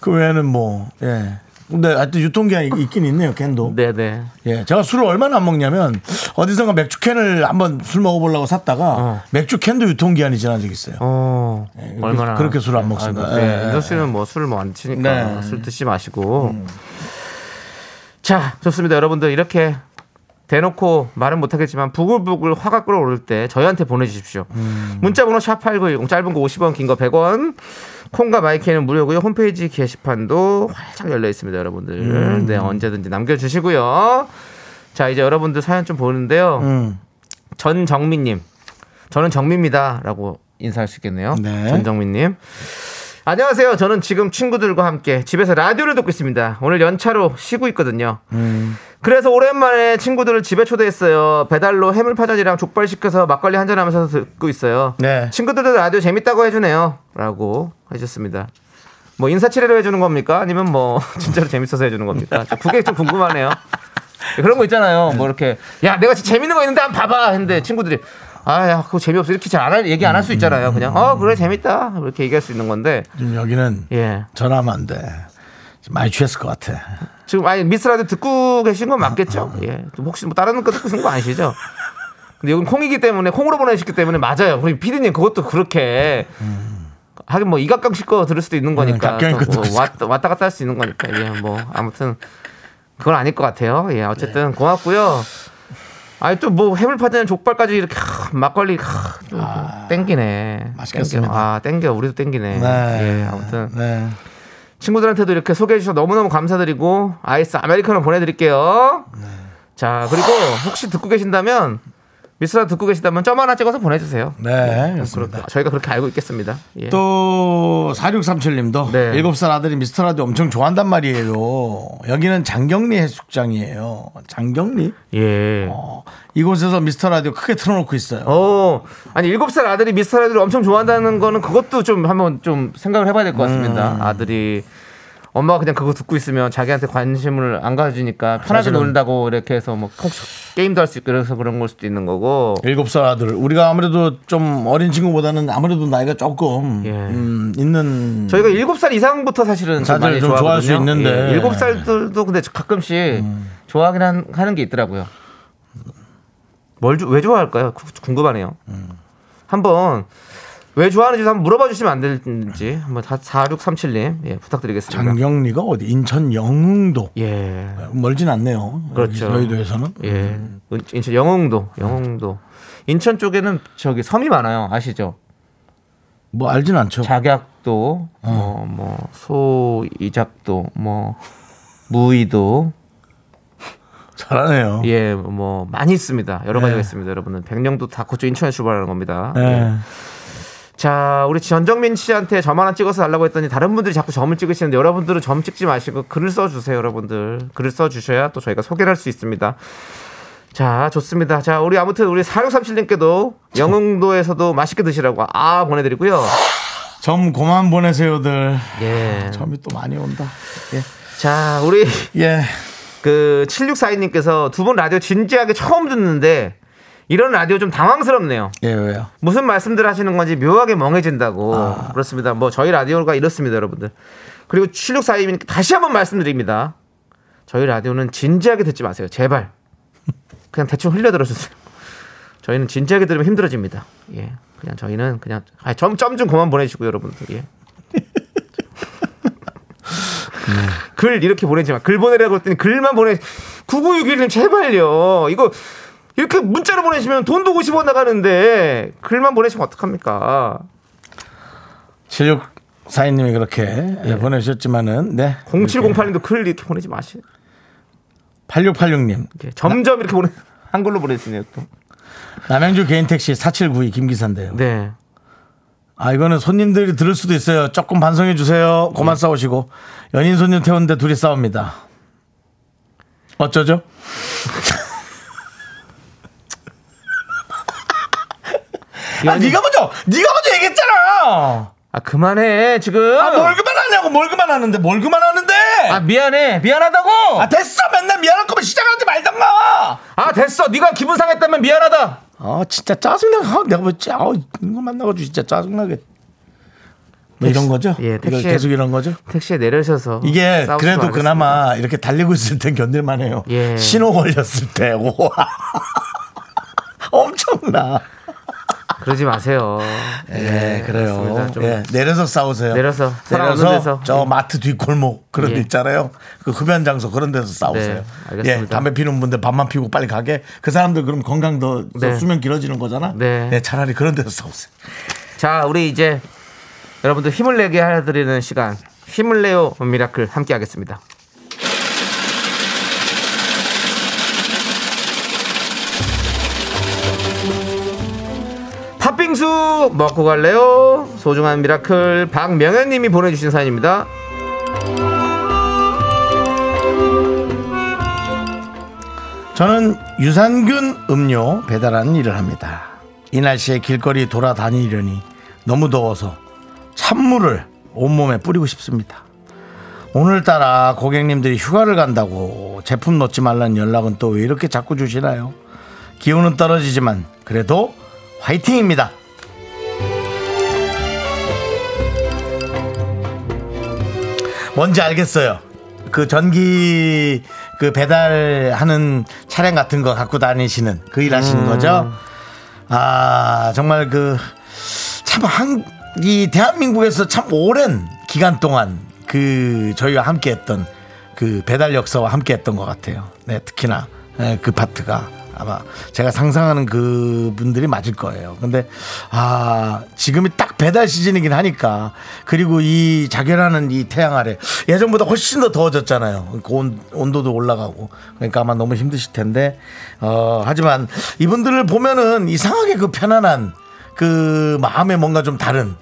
그 외에는 뭐 예. 근데 하여튼 유통기한이 있긴 있네요. 캔도.
네네.
예, 제가 술을 얼마나 안 먹냐면 어디선가 맥주 캔을 한번 술 먹어보려고 샀다가
어.
맥주 캔도 유통기한이 지난 적 있어요.
어 얼마나
네, 그렇게 술을 안 먹습니다.
아이고, 네.
예.
윤정 씨는 뭐 술을 뭐 안 드시니까
네. 음.
술 드시 마시고 자 좋습니다 여러분들 이렇게 대놓고 말은 못하겠지만 부글부글 화가 끓어오를 때 저희한테 보내주십시오
음.
문자번호 샵8910 짧은 거 50원 긴 거 100원 콩과 마이크는 무료고요 홈페이지 게시판도 활짝 열려 있습니다 여러분들
음.
네 언제든지 남겨주시고요 자 이제 여러분들 사연 좀 보는데요
음.
전정민님. 저는 정민입니다라고 인사할 수 있겠네요.
네.
전정민님. 안녕하세요. 저는 지금 친구들과 함께 집에서 라디오를 듣고 있습니다. 오늘 연차로 쉬고 있거든요. 그래서 오랜만에 친구들을 집에 초대했어요. 배달로 해물파전이랑 족발 시켜서 막걸리 한잔 하면서 듣고 있어요.
네.
친구들도 라디오 재밌다고 해주네요. 라고 해주셨습니다. 뭐 인사치레로 해주는 겁니까? 아니면 뭐 진짜로 재밌어서 해주는 겁니까? 저 그게 좀 궁금하네요. 그런 거 있잖아요. 뭐 이렇게 야 내가 진짜 재밌는 거 있는데 한번 봐봐 했는데 친구들이 아야 그거 재미없어 이렇게 잘 안 할 얘기 안 할 수 있잖아요. 그냥 어 그래 재밌다 이렇게 얘기할 수 있는 건데
지금 여기는
예
전화하면 안 돼. 지금 많이 취했을 것 같아.
지금 아니 미스라도 듣고 계신 건 맞겠죠?
음.
예 또 혹시 뭐 다른 거 듣고 계신 거 아니시죠? 근데 여긴 콩이기 때문에 콩으로 보내셨기 때문에 맞아요. 우리 피디님 그것도 그렇게 하긴 뭐 이각각식 거 들을 수도 있는 거니까
음. 각각인
또
것도
뭐
있을
왔다, 왔다 갔다 할 수 있는 거니까 예 뭐 아무튼 그건 아닐 것 같아요. 예
네.
어쨌든 고맙고요. 아니 또 뭐 해물파전 족발까지 이렇게 하, 막걸리 하, 또 땡기네.
아, 맛있겠습니다.
땡겨. 아 땡겨 우리도 땡기네.
네.
예 아무튼
네.
친구들한테도 이렇게 소개해 주셔서 너무너무 감사드리고 아이스 아메리카노 보내드릴게요.
네.
자 그리고 혹시 듣고 계신다면 미스라 듣고 계신다면 점 하나 찍어서 보내주세요.
네. 그렇습니다.
예, 그렇게 저희가 그렇게 알고 있겠습니다. 예.
또 4637님도
네.
일곱 살 아들이 미스터 라디오 엄청 좋아한단 말이에요. 여기는 장경리 해수장이에요. 장경리?
예.
어, 이곳에서 미스터 라디오 크게 틀어놓고 있어요.
어 아니 일곱 살 아들이 미스터 라디오를 엄청 좋아한다는 거는 그것도 좀 한번 좀 생각을 해봐야 될 것 같습니다.
음.
아들이 엄마가 그냥 그거 듣고 있으면 자기한테 관심을 안 가지니까 편하게 놀다고 이렇게 해서 뭐 혹시 게임도 할 수 있고 그래서 그런 걸 수도 있는 거고.
일곱 살 아들. 우리가 아무래도 좀 어린 친구보다는 아무래도 나이가 조금
예.
음, 있는
저희가 일곱 살 이상부터 사실은 좀
다들
많이
좀 좋아할 수
좋아하거든요.
있는데. 음.
예, 일곱 살들도 근데 가끔씩 좋아하긴 한- 하는 게 있더라고요. 뭘 왜 좋아할까요? 구- 궁금하네요.
음.
한번 왜 좋아하는지 한번 물어봐 주시면 안 될지 한번 4637님 예, 부탁드리겠습니다.
장경리가 어디? 인천 영흥도.
예.
멀진 않네요.
그렇죠.
여의도에서는.
예. 은- 인천 영흥도, 영흥도. 인천 쪽에는 저기 섬이 많아요. 아시죠?
뭐 알진 않죠.
작약도
어.
뭐, 뭐 소이작도 뭐 무의도
잘하네요.
예, 뭐 많이 있습니다. 여러 가지가
어. 네. 예.
있습니다, 여러분은. 백령도 다 그쪽 인천에 출발하는 겁니다.
네.
예. 자, 우리 전정민 씨한테 점 하나 찍어서 달라고 했더니 다른 분들이 자꾸 점을 찍으시는데 여러분들은 점 찍지 마시고 글을 써주세요, 여러분들. 글을 써주셔야 또 저희가 소개를 할 수 있습니다. 자, 좋습니다. 자, 우리 아무튼 우리 4637님께도 영흥도에서도 맛있게 드시라고 아 보내드리고요.
점 고만 보내세요들.
예.
점이 또 많이 온다.
자, 우리
예.
그 7642님께서 두 분 라디오 진지하게 처음 듣는데 이런 라디오 좀 당황스럽네요.
예, 왜요?
무슨 말씀들 하시는 건지 묘하게 멍해진다고 그렇습니다. 뭐 저희 라디오가 이렇습니다, 여러분들. 그리고 7642님 다시 한번 말씀드립니다. 저희 라디오는 진지하게 듣지 마세요, 제발. 그냥 대충 흘려 들어주세요. 저희는 진지하게 들으면 힘들어집니다. 예, 그냥 저희는 그냥 아, 점점 좀 그만 보내주시고 여러분들. 예. 글 이렇게 보내지 마. 글 보내라고 했더니 글만 보내. 9961님 제발요. 이거 이렇게 문자로 보내시면 돈도 50원 나가는데 글만 보내시면 어떡합니까?
76 사인님이 그렇게 예, 보내주셨지만은, 네.
0708님도 글 이렇게 보내지 마시.
8686님.
이렇게 점점 이렇게 보내 한글로 보내시네요 또.
남양주 개인택시 4792 김기사인데요.
네.
아, 이거는 손님들이 들을 수도 있어요. 조금 반성해주세요. 고만
예.
싸우시고. 연인 손님 태우는데 둘이 싸웁니다. 어쩌죠? 아,
연인-
네가 먼저! 네가 먼저 얘기했잖아!
아 그만해 지금.
아, 뭘 그만하냐고, 뭘 그만하는데, 뭘 그만하는데!
어. 아, 미안해 미안하다고.
아,
아,
됐어! 맨날 미안할 거면 시작하지 말던가!
됐어 네가 기분 상했다면 미안하다.
아 진짜 짜증나. 아, 내가 뭐 짜. 아, 이거 만나고 진짜 짜증나게. 뭐 이런 거죠?
예,
이걸
택시에-
계속 이런 거죠?
택시에 내려셔서
이게
싸우지
그래도
말았으면.
그나마 이렇게 달리고 있을 땐 견딜만 해요.
예.
신호 걸렸을 때. 와. 엄청나.
그러지 마세요.
예, 그래요.
그렇습니다. 좀
예, 내려서 싸우세요.
내려서, 사람 없는 데서.
내려서 저
예.
마트 뒷골목 그런 데
예.
있잖아요. 그 흡연 장소 그런 데서 싸우세요.
네, 알겠습니다.
예, 담배 피는 분들 밤만 피고 빨리 가게. 그 사람들 그럼 건강 더
네.
수명 길어지는 거잖아.
네.
예, 차라리 그런 데서 싸우세요.
자, 우리 이제 여러분들 힘을 내게 해드리는 시간. 힘을 내요 미라클 함께 하겠습니다. 팥빙수 먹고 갈래요? 소중한 미라클 박명현님이 보내주신 사연입니다.
저는 유산균 음료 배달하는 일을 합니다. 이 날씨에 길거리 돌아다니려니 너무 더워서 찬물을 온몸에 뿌리고 싶습니다. 오늘따라 고객님들이 휴가를 간다고 제품 넣지 말라는 연락은 또 왜 이렇게 자꾸 주시나요? 기온은 떨어지지만 그래도 화이팅입니다. 뭔지 알겠어요. 그 전기 그 배달하는 차량 같은 거 갖고 다니시는 그 일하시는 거죠. 아 정말 그 참 이 대한민국에서 참 오랜 기간 동안 그 저희와 함께했던 그 배달 역사와 함께했던 것 같아요. 네 특히나 예, 그 파트가 아마 제가 상상하는 그 분들이 맞을 거예요. 근데 아 지금이 딱 배달 시즌이긴 하니까 그리고 이 자결하는 이 태양 아래 예전보다 훨씬 더 더워졌잖아요. 그 온, 온도도 올라가고 그러니까 아마 너무 힘드실 텐데 어 하지만 이분들을 보면은 이상하게 그 편안한 그 마음에 뭔가 좀 다른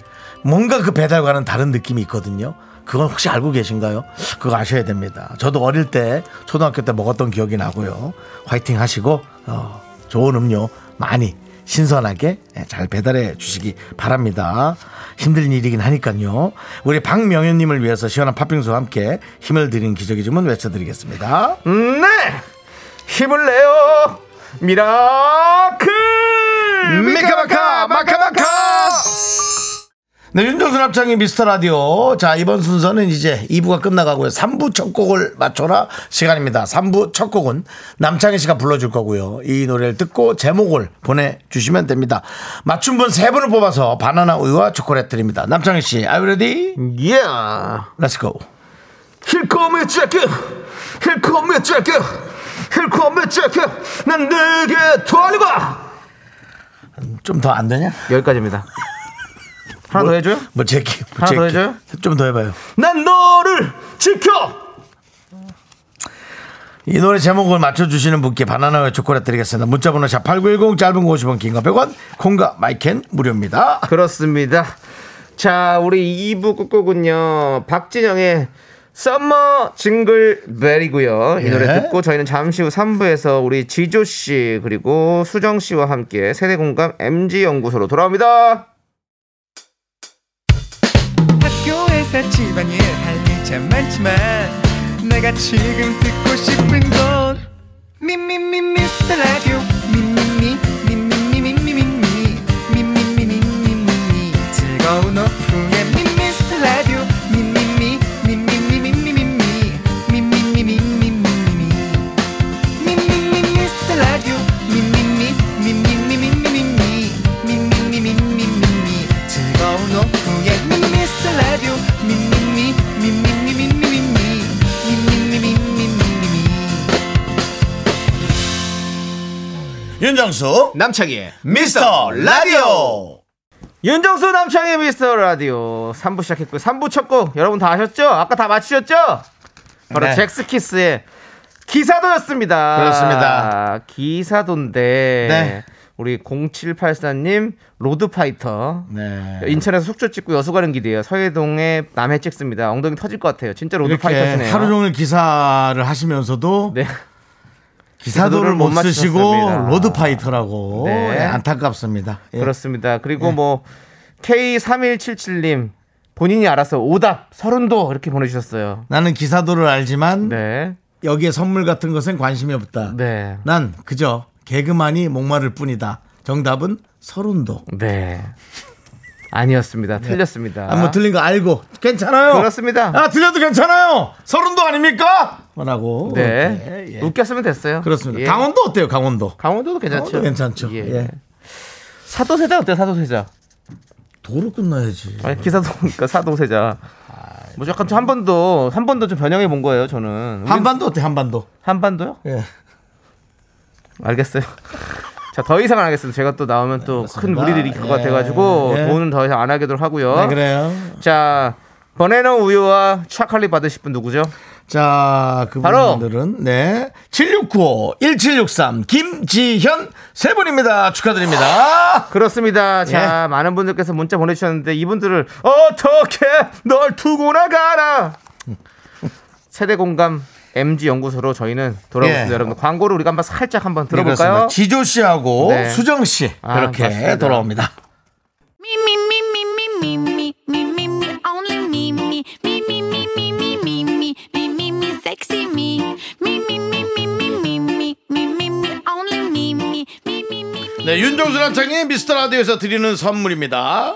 뭔가 그 배달과는 다른 느낌이 있거든요. 그건 혹시 알고 계신가요? 그거 아셔야 됩니다. 저도 어릴 때 초등학교 때 먹었던 기억이 나고요. 화이팅 하시고 어, 좋은 음료 많이 신선하게 예, 잘 배달해 주시기 바랍니다. 힘든 일이긴 하니까요. 우리 박명현님을 위해서 시원한 팥빙수와 함께 힘을 드린 기적의 주문 외쳐드리겠습니다.
음, 네! 힘을 내요! 미라클!
네. 미카마카 마카마카 네, 윤정수 합창의 미스터 라디오. 자, 이번 순서는 이제 2부가 끝나가고요. 3부 첫 곡을 맞춰라 시간입니다. 3부 첫 곡은 남창희 씨가 불러줄 거고요. 이 노래를 듣고 제목을 보내주시면 됩니다. 맞춤분 3분을 뽑아서 바나나 우유와 초콜릿 드립니다. 남창희 씨, are you ready?
예!
Let's go.
힐컴의 잭 힐컴의 잭 힐컴의 잭난 내게 돌아가!
좀 더 안 되냐?
여기까지입니다. 하나 더 해줘요?
뭐, 제키.
하나 더 해줘요?
좀더 해봐요.
난 너를 지켜!
이 노래 제목을 맞춰주시는 분께 바나나와 초콜릿 드리겠습니다. 문자번호 샵8910 짧은 거 50원 긴 거 100원 콩과 마이켄 무료입니다.
그렇습니다. 자, 우리 2부 끝곡은요. 박진영의 썸머 징글벨이고요. 이
예.
노래 듣고 저희는 잠시 후 3부에서 우리 지조 씨 그리고 수정 씨와 함께 세대 공감 MG 연구소로 돌아옵니다.
학교에서 집안일 할 일 참 많지만 내가 지금 듣고 싶은 건 미미미 미스터 라디오 미미미 미미미 미미미 미미미 미미미 즐거운 오후에 미미스터 라디오 미미미 미미미 미미미 미미미 미미미 미미미
음,
윤정수
남창희의
미스터 라디오
윤정수 남창의 미스터 라디오 3부 시작했고 3부 첫 곡 여러분 다 아셨죠? 아까 다 맞추셨죠? 바로
네.
잭스키스의 기사도였습니다.
그렇습니다.
기사도인데
네.
우리 0784님 로드파이터
네.
인천에서 속초 찍고 여수 가는 길이에요. 서해동에 남해 찍습니다. 엉덩이 터질 것 같아요. 진짜
이렇게
로드파이터시네요.
하루 종일 기사를 하시면서도
네.
기사도를
기사도를
못
못
쓰시고
맞추셨습니다.
로드파이터라고
네.
예, 안타깝습니다. 예.
그렇습니다. 그리고 뭐 K3177님 본인이 알아서 오답 서른도 이렇게 보내주셨어요.
나는 기사도를 알지만
네.
여기에 선물 같은 것엔 관심이 없다.
네.
난 그저 개그만이 목마를 뿐이다. 정답은 서른도.
네. 아니었습니다. 틀렸습니다.
아, 뭐 틀린 거 알고 괜찮아요.
그렇습니다.
아 틀려도 괜찮아요. 서른도 아닙니까? 라고.
네.
이렇게, 예.
웃겼으면 됐어요.
그렇습니다.
예.
강원도 어때요? 강원도.
강원도도 괜찮죠.
강원도 괜찮죠.
예.
예.
사도세자 어때요? 사도세자.
도로 끝나야지.
아니 기사도 보니까 사도세자.
아,
뭐 약간 좀한 번도 한 번도 좀 변형해 본 거예요. 저는 우리-
한반도 어때? 한반도.
한반도요?
예.
알겠어요. 자, 더 이상 안 하겠습니다. 제가 또 나오면 또 큰
그렇습니다.
무리들이 있을 것
예,
같아가지고
예.
돈은 더 이상 안 하기로 하고요.
네, 그래요.
자, 버네너 우유와 차칼리 받으실 분 누구죠?
자,
바로!
그분들은 네. 7695 1763 김지현 세 분입니다. 축하드립니다.
그렇습니다. 자, 많은 분들께서 문자 보내주셨는데 이분들을 어떻게 널 두고 나가라. 세대 공감 MG 연구소로 저희는 돌아오겠습니다.
예.
여러분 광고를 우리가 한번 살짝 한번
네,
들어볼까요?
그렇습니다. 지조 씨하고
네.
수정 씨
아,
이렇게
맞습니다.
돌아옵니다.
Me, me, me, me, me, me, me, me, me, me, only me, me, me, me, me, me, me, me, me, me, me, me, sexy me. Me, me, me, me, me, me, me, me, me, me, only me, me, me, me, me.
네, 윤종수 남창의 미스터 라디오에서 드리는 선물입니다.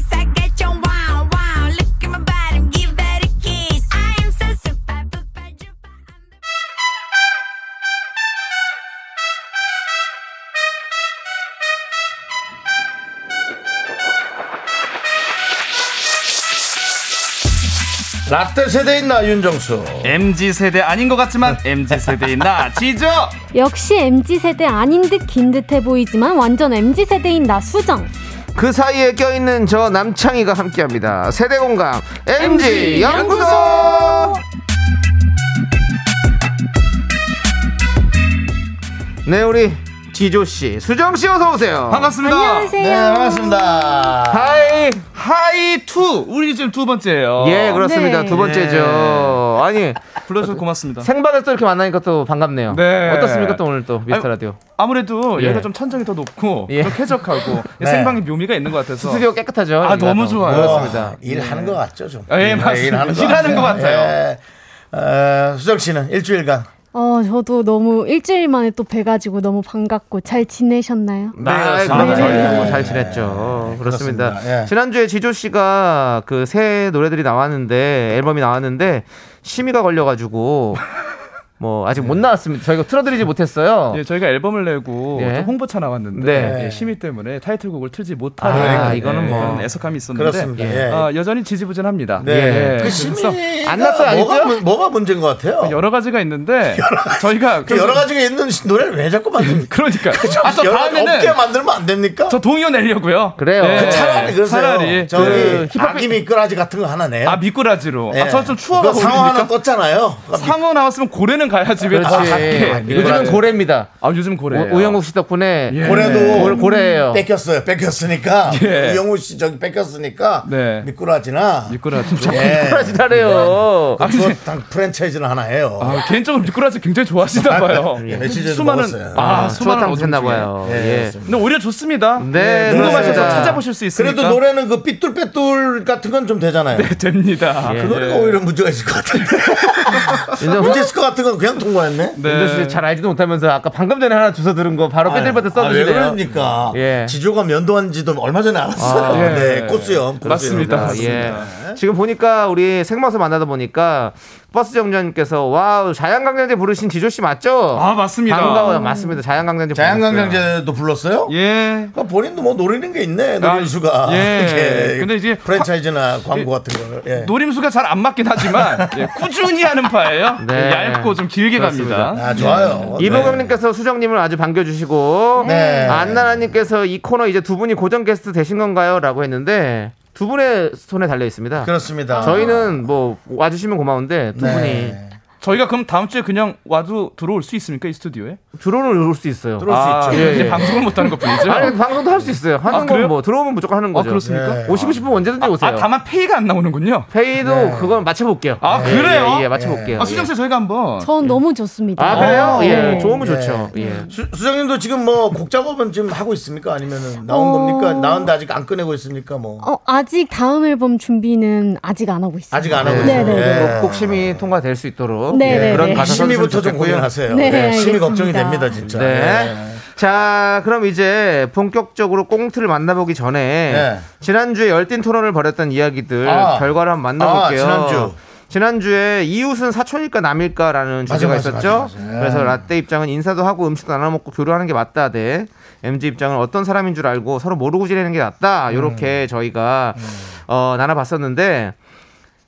psycho, get your wow, wow. Look at my body, give that a kiss. I am so super, super, duper, I'm the-
라떼 세대인 나 윤정수
MZ 세대 아닌 것 같지만 MZ 세대인 나 지조.
역시 MZ세대 아닌 듯 긴 듯해 보이지만 완전 MZ세대인 나 수정
그 사이에 껴있는 저 남창희가 함께합니다. 세대 공감 MG 연구소. 네 우리 지조 씨, 수정 씨 어서 오세요.
반갑습니다.
안녕하세요
네 반갑습니다
하이.
하이 투. 우리 지금 두 번째예요.
예 그렇습니다.
네.
두 번째죠. 아니
불러줘서 고맙습니다.
어. 생방에서 또 이렇게 만나니까 또 반갑네요.
네.
어떻습니까 또 오늘 또 미스터
아유,
라디오
아무래도
예.
얘가 좀 천장이 더 높고
예.
더 쾌적하고 생방의
네.
묘미가 있는 것 같아서
스튜디오 깨끗하죠?
아,
여기가
너무
또.
좋아요.
그렇습니다.
어, 일하는 것 같죠 좀 네,
예, 맞습니다. 일하는 것 같아요.
예. 어, 수정 씨는 일주일간
어 저도 너무 일주일 만에 또 뵈가지고 너무 반갑고 잘 지내셨나요?
네,
아,
그렇습니다.
그럼 저희는
예.
네.
뭐잘 지냈죠. 그렇습니다.
그렇습니다. 예.
지난주에 지조 씨가 그 새 노래들이 나왔는데 앨범이 나왔는데 심의가 걸려가지고 뭐 아직 못 나왔습니다. 저희가 틀어드리지 못했어요.
네. 예, 저희가 앨범을 내고
예.
네.
또 홍보차 나왔는데
네.
예, 심의 때문에 타이틀곡을 틀지
아,
못하는 예,
이거는 뭐.
그런 애석함이 있었는데
그렇습니다. 예.
아, 여전히 지지부진합니다. 예.
네. 그 심의가
그래서
안 났어요, 뭐가 아니고요? 문- 뭐가 문제인 것 같아요?
여러 가지가 있는데 저희가
그 여러 가지가 있는 노래를 왜 자꾸 만듭니까?
그러니까.
아, 저 다음에는 없게 만들면 안 됩니까?
저 동요 내려고요.
그래요.
예.
그 차라리 그러세요.
차라리
저기
그 힙합
아기 미끄라지 같은 거 하나 내요.
아 미꾸라지로.
예.
아, 저좀 추워가
그거 상어 하나 떴잖아요.
상어 나왔으면 고래는 가야지. 왜
그렇지.
다 갈게. 네.
아, 요즘은 고래입니다.
아 요즘 고래.
오- 오영국 씨 덕분에 네.
예.
고래도
고- 고래예요.
뺏겼어요. 뺏겼으니까
예.
이영우 씨 저기 뺏겼으니까
네.
미꾸라지나
미꾸라지.
미꾸라지라래요.
그 주어탕 프랜차이즈는 하나 해요.
아, 개인적으로 미꾸라지 굉장히 좋아하시나 봐요.
예, 며칠 전에 먹었어요.
아,
아,
수많은
추어탕
어둠
드셨나
중에.
봐요.
예,
예.
그렇습니다.
근데 오히려 좋습니다.
네,
예, 궁금하셔서
그렇습니다.
찾아보실 수 있으니까.
그래도 노래는 그 삐뚤빼뚤 같은 건 좀 되잖아요.
네, 됩니다.
예,
그 노래가 오히려 문제가 있을 것 같은데. 문제 있을 것 같은 건 그냥 통과했네.
윤정 씨잘 알지도 못하면서 아까 방금 전에 하나 주워 들은 거 바로 빼들빼들
아, 왜
써주시네요.
그러니까
예.
지조가 면도한지도 얼마 전에 알았어요.
아,
예.
네, 꽃수염. 꽃수염.
맞습니다.
예.
맞습니다.
지금 보니까 우리 생방송 만나다 보니까 버스 정전님께서 와우 자양강장제 부르신 지조 씨 맞죠?
아, 맞습니다.
반가워요. 맞습니다. 자양강장제.
자양강장제도 불렀어요?
예.
그러니까 본인도 뭐 노리는 게 있네 노림수가.
아, 예.
이렇게
근데 이제
프랜차이즈나 광고 같은 걸. 예.
노림수가 잘 안 맞긴 하지만 예, 꾸준히 하는 파예요.
네.
예, 얇고 좀 길게
그렇습니다.
갑니다.
아 좋아요.
네.
이보경님께서 수정님을 아주 반겨주시고
네.
안나라님께서 이 코너 이제 두 분이 고정 게스트 되신 건가요?라고 했는데 두 분의 손에 달려 있습니다.
네,
아.
그렇습니다.
저희는 뭐 와주시면 고마운데 두
네.
저희가 그럼 다음 주에 그냥 와도 들어올 수 있습니까 이 스튜디오에?
분이 드론을 올 수 있어요.
들어올 수
아,
있죠.
예, 예.
이제 방송을 못 하는 것뿐이죠.
아니 방송도 할 수 있어요. 하는
아,
건
그래요?
뭐 들어오면 무조건 하는
아
거죠. 예.
그렇습니까?
네.
오시고 싶으면 언제든지 오세요.
아 다만 페이가 안 나오는군요.
페이도 그건 맞춰볼게요.
아,
예,
그래요?
예, 예, 맞춰볼게요.
아 수정 씨 저희가 한번
전 너무 좋습니다.
예. 아 그래요?
오.
예, 좋으면
네.
좋죠. 예.
수, 수장님도 지금 뭐 곡 작업은 지금 하고 있습니까? 아니면 나온
어.
겁니까? 나온데 아직 안 꺼내고 있습니까? 뭐
어, 아직 다음 앨범 준비는 아직 안 하고 있어요.
아직 안 하고
네,
있어요.
네, 네.
예.
꼭- 꼭 심의 통과될 수 있도록
네,
예,
네,
그런
네.
가사
심의부터 좀
선수를 좀
고민하세요. 네,
네,
심의
알겠습니다.
걱정이 됩니다 진짜.
네.
예.
자, 그럼 이제 본격적으로 꽁트를 만나보기 전에
네.
지난주에 열띤 토론을 벌였던 이야기들
아.
결과를 한번 만나볼게요.
아, 지난주.
지난주에 이웃은 사촌일까 남일까라는
맞아,
주제가
맞아,
있었죠.
맞아, 예. 맞아.
그래서 라떼 입장은 인사도 하고 음식도 나눠 먹고 교류하는 게 맞다 대 MG 입장은 어떤 사람인 줄 알고 서로 모르고 지내는 게 낫다.
음.
요렇게 저희가 어, 나눠봤었는데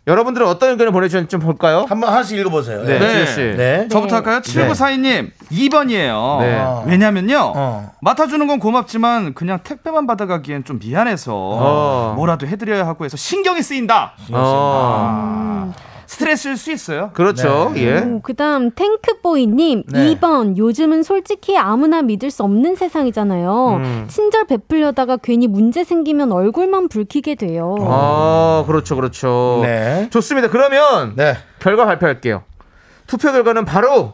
여러분들은 어떤 의견을 보내주셨는지 좀 볼까요?
한번 하나씩 읽어보세요.
네,
예.
지효 씨.
네.
저부터 할까요? 7942님 2번이에요.
네.
아,
왜냐면요.
어.
맡아주는 건 고맙지만 그냥 택배만 받아가기엔 좀 미안해서
어.
뭐라도 해드려야 하고 해서 신경이 쓰인다.
아.
어,
음.
스트레스일 수 있어요.
그렇죠. 예.
오, 그다음 탱크보이님
네.
2번 요즘은 솔직히 아무나 믿을 수 없는 세상이잖아요. 친절 베풀려다가 괜히 문제 생기면 얼굴만 붉히게 돼요.
아, 그렇죠, 그렇죠.
네.
좋습니다. 그러면
네.
결과 발표할게요. 투표 결과는 바로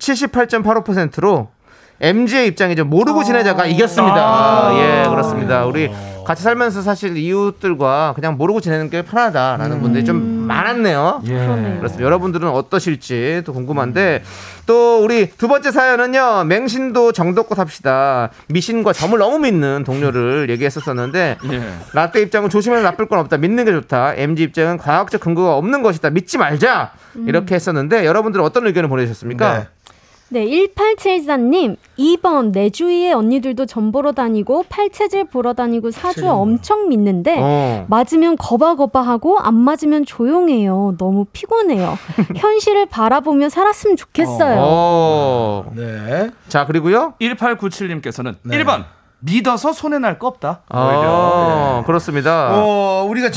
78.85%로 MG의 입장이죠.
아.
모르고 지내자가 이겼습니다. 예, 그렇습니다. 우리 같이 살면서 사실 이웃들과 그냥 모르고 지내는 게 편하다라는
음.
분들이 좀
예.
아, 많았네요. 그렇습니다. 여러분들은 어떠실지 또 궁금한데 또 우리 두 번째 사연은요. 맹신도 정도껏 합시다. 미신과 점을 너무 믿는 동료를 얘기했었었는데
예.
라떼 입장은 조심해서 나쁠 건 없다. 믿는 게 좋다. MG 입장은 과학적 근거가 없는 것이다. 믿지 말자. 이렇게 했었는데 여러분들은 어떤 의견을 보내주셨습니까?
네.
네, 1874님 2번 내 주위에 언니들도 점 보러 다니고 팔체질 보러 다니고 사주 엄청 믿는데
어.
맞으면 거바거바하고 안 맞으면 조용해요. 너무 피곤해요. 현실을 바라보며 살았으면 좋겠어요.
어.
네.
자 그리고요.
1897님께서는 1번 네. 믿어서 손해 날 거 없다.
어,
아.
그렇습니다.
예. 어, 우리가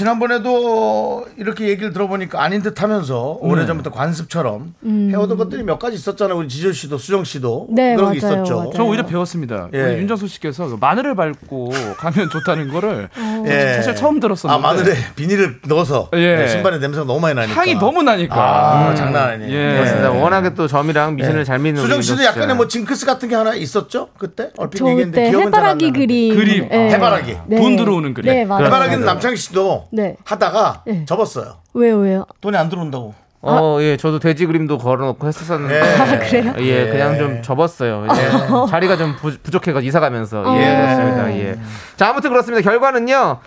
지난번에도 이렇게 얘기를 들어보니까 아닌 듯 하면서
음.
오래전부터 관습처럼 해오던 것들이 몇 가지 있었잖아요. 우리 지조 씨도 수정 씨도
음. 네,
그런 게
맞아요,
있었죠.
맞아요.
저 오히려 배웠습니다.
예.
우리 윤정수 씨께서 그 마늘을 밟고 가면 좋다는 거를
예.
사실 처음 들었었는데
아, 마늘에 비닐을 넣어서
예.
네, 신발에 냄새가 너무 많이 나니까.
향이 너무 나니까.
아, 장난 아니에요.
예.
그렇습니다.
네.
워낙에 또 점이랑 미신을 잘 믿는
예. 수정
우리
씨도
윤정
약간의
씨잖아요.
뭐 징크스 같은 게 하나 있었죠? 그때? 얼핏
저
얘기했는데
그때
기억은 잘안
해바라기
나는데.
그림.
그림.
예.
해바라기.
돈 들어오는 그림.
네, 맞아요.
해바라기는 남창희 씨도
네.
하다가
네.
접었어요.
왜요, 왜요?
돈이 안 들어온다고.
어, 예, 저도 돼지 그림도 걸어놓고 했었었는데.
아,
그래요?
예.
예, 그냥 좀 접었어요. 이제 자리가 좀 부, 족해가지고 이사 가면서. 예,
어.
그렇습니다. 예. 자, 아무튼 그렇습니다. 결과는요.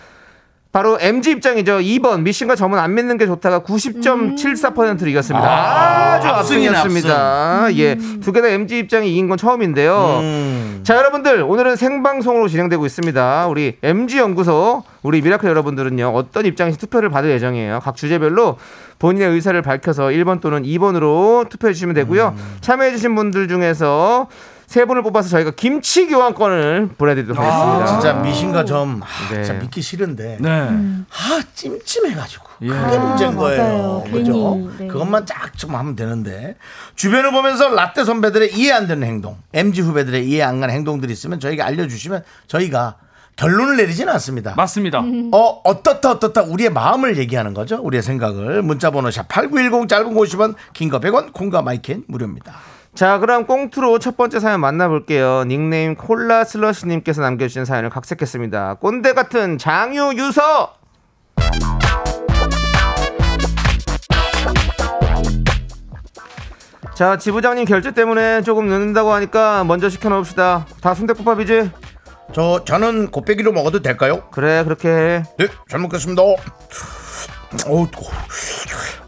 바로 MG 입장이죠. 2번 미신과 점은 안 믿는 게 좋다가 90.74%로 이겼습니다.
아,
아, 주
압승이네,
압승이었습니다. 예,
음.
두 개 다 MG 입장이 이긴 건 처음인데요. 자, 여러분들 오늘은 생방송으로 진행되고 있습니다. 우리 MG 연구소 우리 미라클 여러분들은요 어떤 입장에서 투표를 받을 예정이에요. 각 주제별로 본인의 의사를 밝혀서 1번 또는 2번으로 투표해 주시면 되고요.
음.
참여해 주신 분들 중에서 세 분을 뽑아서 저희가 김치 교환권을 보내드리도록 하겠습니다.
아, 진짜 미신과 점 아,
네.
진짜 믿기 싫은데
네.
아 찜찜해가지고
예.
그게 문제인 거예요.
맞아요.
그죠?
괜히, 네.
그것만 쫙 좀 하면 되는데 주변을 보면서 라떼 선배들의 이해 안 되는 행동, MG 후배들의 이해 안 가는 행동들이 있으면 저희가 알려주시면 저희가 결론을 내리지는 않습니다.
맞습니다.
어, 어떻다, 어떻다, 우리의 마음을 얘기하는 거죠. 우리의 생각을. 문자번호 샵8910 짧은 거 50원, 긴거 100원, 콩과 마이켄 무료입니다.
자, 그럼 꽁트로 첫 번째 사연 만나볼게요. 닉네임 콜라 슬러시님께서 남겨주신 사연을 각색했습니다. 꼰대 같은 장유 유서. 자, 지부장님 결제 때문에 조금 늦는다고 하니까 먼저 시켜놓읍시다. 다 순대국밥이지?
저, 저는 곱빼기로 먹어도 될까요?
그래, 그렇게 해.
네, 잘 먹겠습니다. 어우,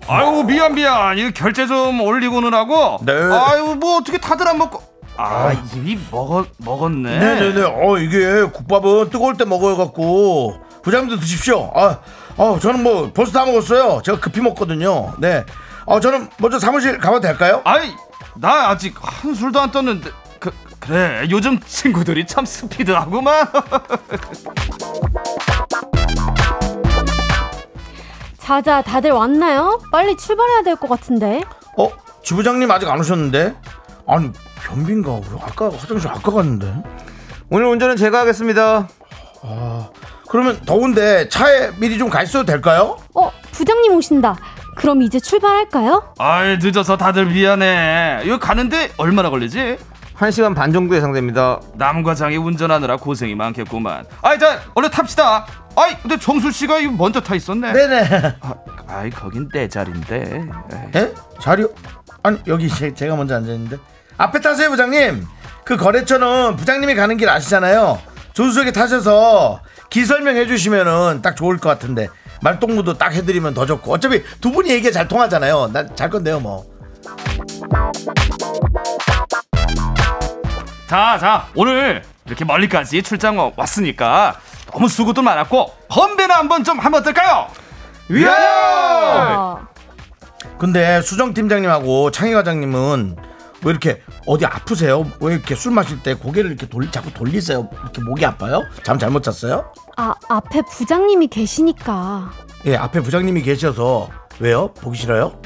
아유 미안 미안. 이 결제 좀 올리고 느라고.
네.
아유 뭐 어떻게 다들 안 먹고. 아 이미 먹었 먹었네.
네네네. 어, 이게 국밥은 뜨거울 때 먹어갖고 부장님도 드십시오. 아, 어, 저는 뭐 벌써 다 먹었어요. 제가 급히 먹거든요. 네. 어, 저는 먼저 사무실 가봐도 될까요?
아이 나 아직 한 술도 안 떴는데. 그 그래 요즘 친구들이 참 스피드하구만.
자자, 다들 왔나요? 빨리 출발해야 될 것 같은데.
어, 지부장님 아직 안 오셨는데? 아니, 변비인가? 우리 아까 화장실 아까 갔는데.
오늘 운전은 제가 하겠습니다.
그러면 더운데 차에 미리 좀 가 있어도 될까요?
어, 부장님 오신다. 그럼 이제 출발할까요?
아이 늦어서 다들 미안해. 여기 가는데 얼마나 걸리지?
1시간 반 정도 예상됩니다.
남 과장이 운전하느라 고생이 많겠구만. 아이 자 얼른 탑시다. 아이 근데 정수 씨가 이거 먼저 타 있었네.
네네.
아, 아이 거긴 내 자리인데. 에이.
에? 자리? 아니 여기 제, 제가 먼저 앉아 있는데 앞에 타세요 부장님. 그 거래처는 부장님이 가는 길 아시잖아요. 조수석에 타셔서 길 설명해 주시면은 딱 좋을 것 같은데 말동무도 딱 해드리면 더 좋고 어차피 두 분이 얘기 잘 통하잖아요. 난 잘 건데요 뭐.
자, 자, 오늘 이렇게 멀리까지 출장 왔으니까 너무 수고도 많았고 건배나 한번 좀 하면 어떨까요? 위하여!
어,
근데 수정 팀장님하고 창희 과장님은 왜 이렇게 어디 아프세요? 왜 이렇게 술 마실 때 고개를 이렇게 돌 자꾸 돌리세요? 이렇게 목이 아파요? 잠 잘못 잤어요?
아, 앞에 부장님이 계시니까.
예, 앞에 부장님이 계셔서 왜요? 보기 싫어요?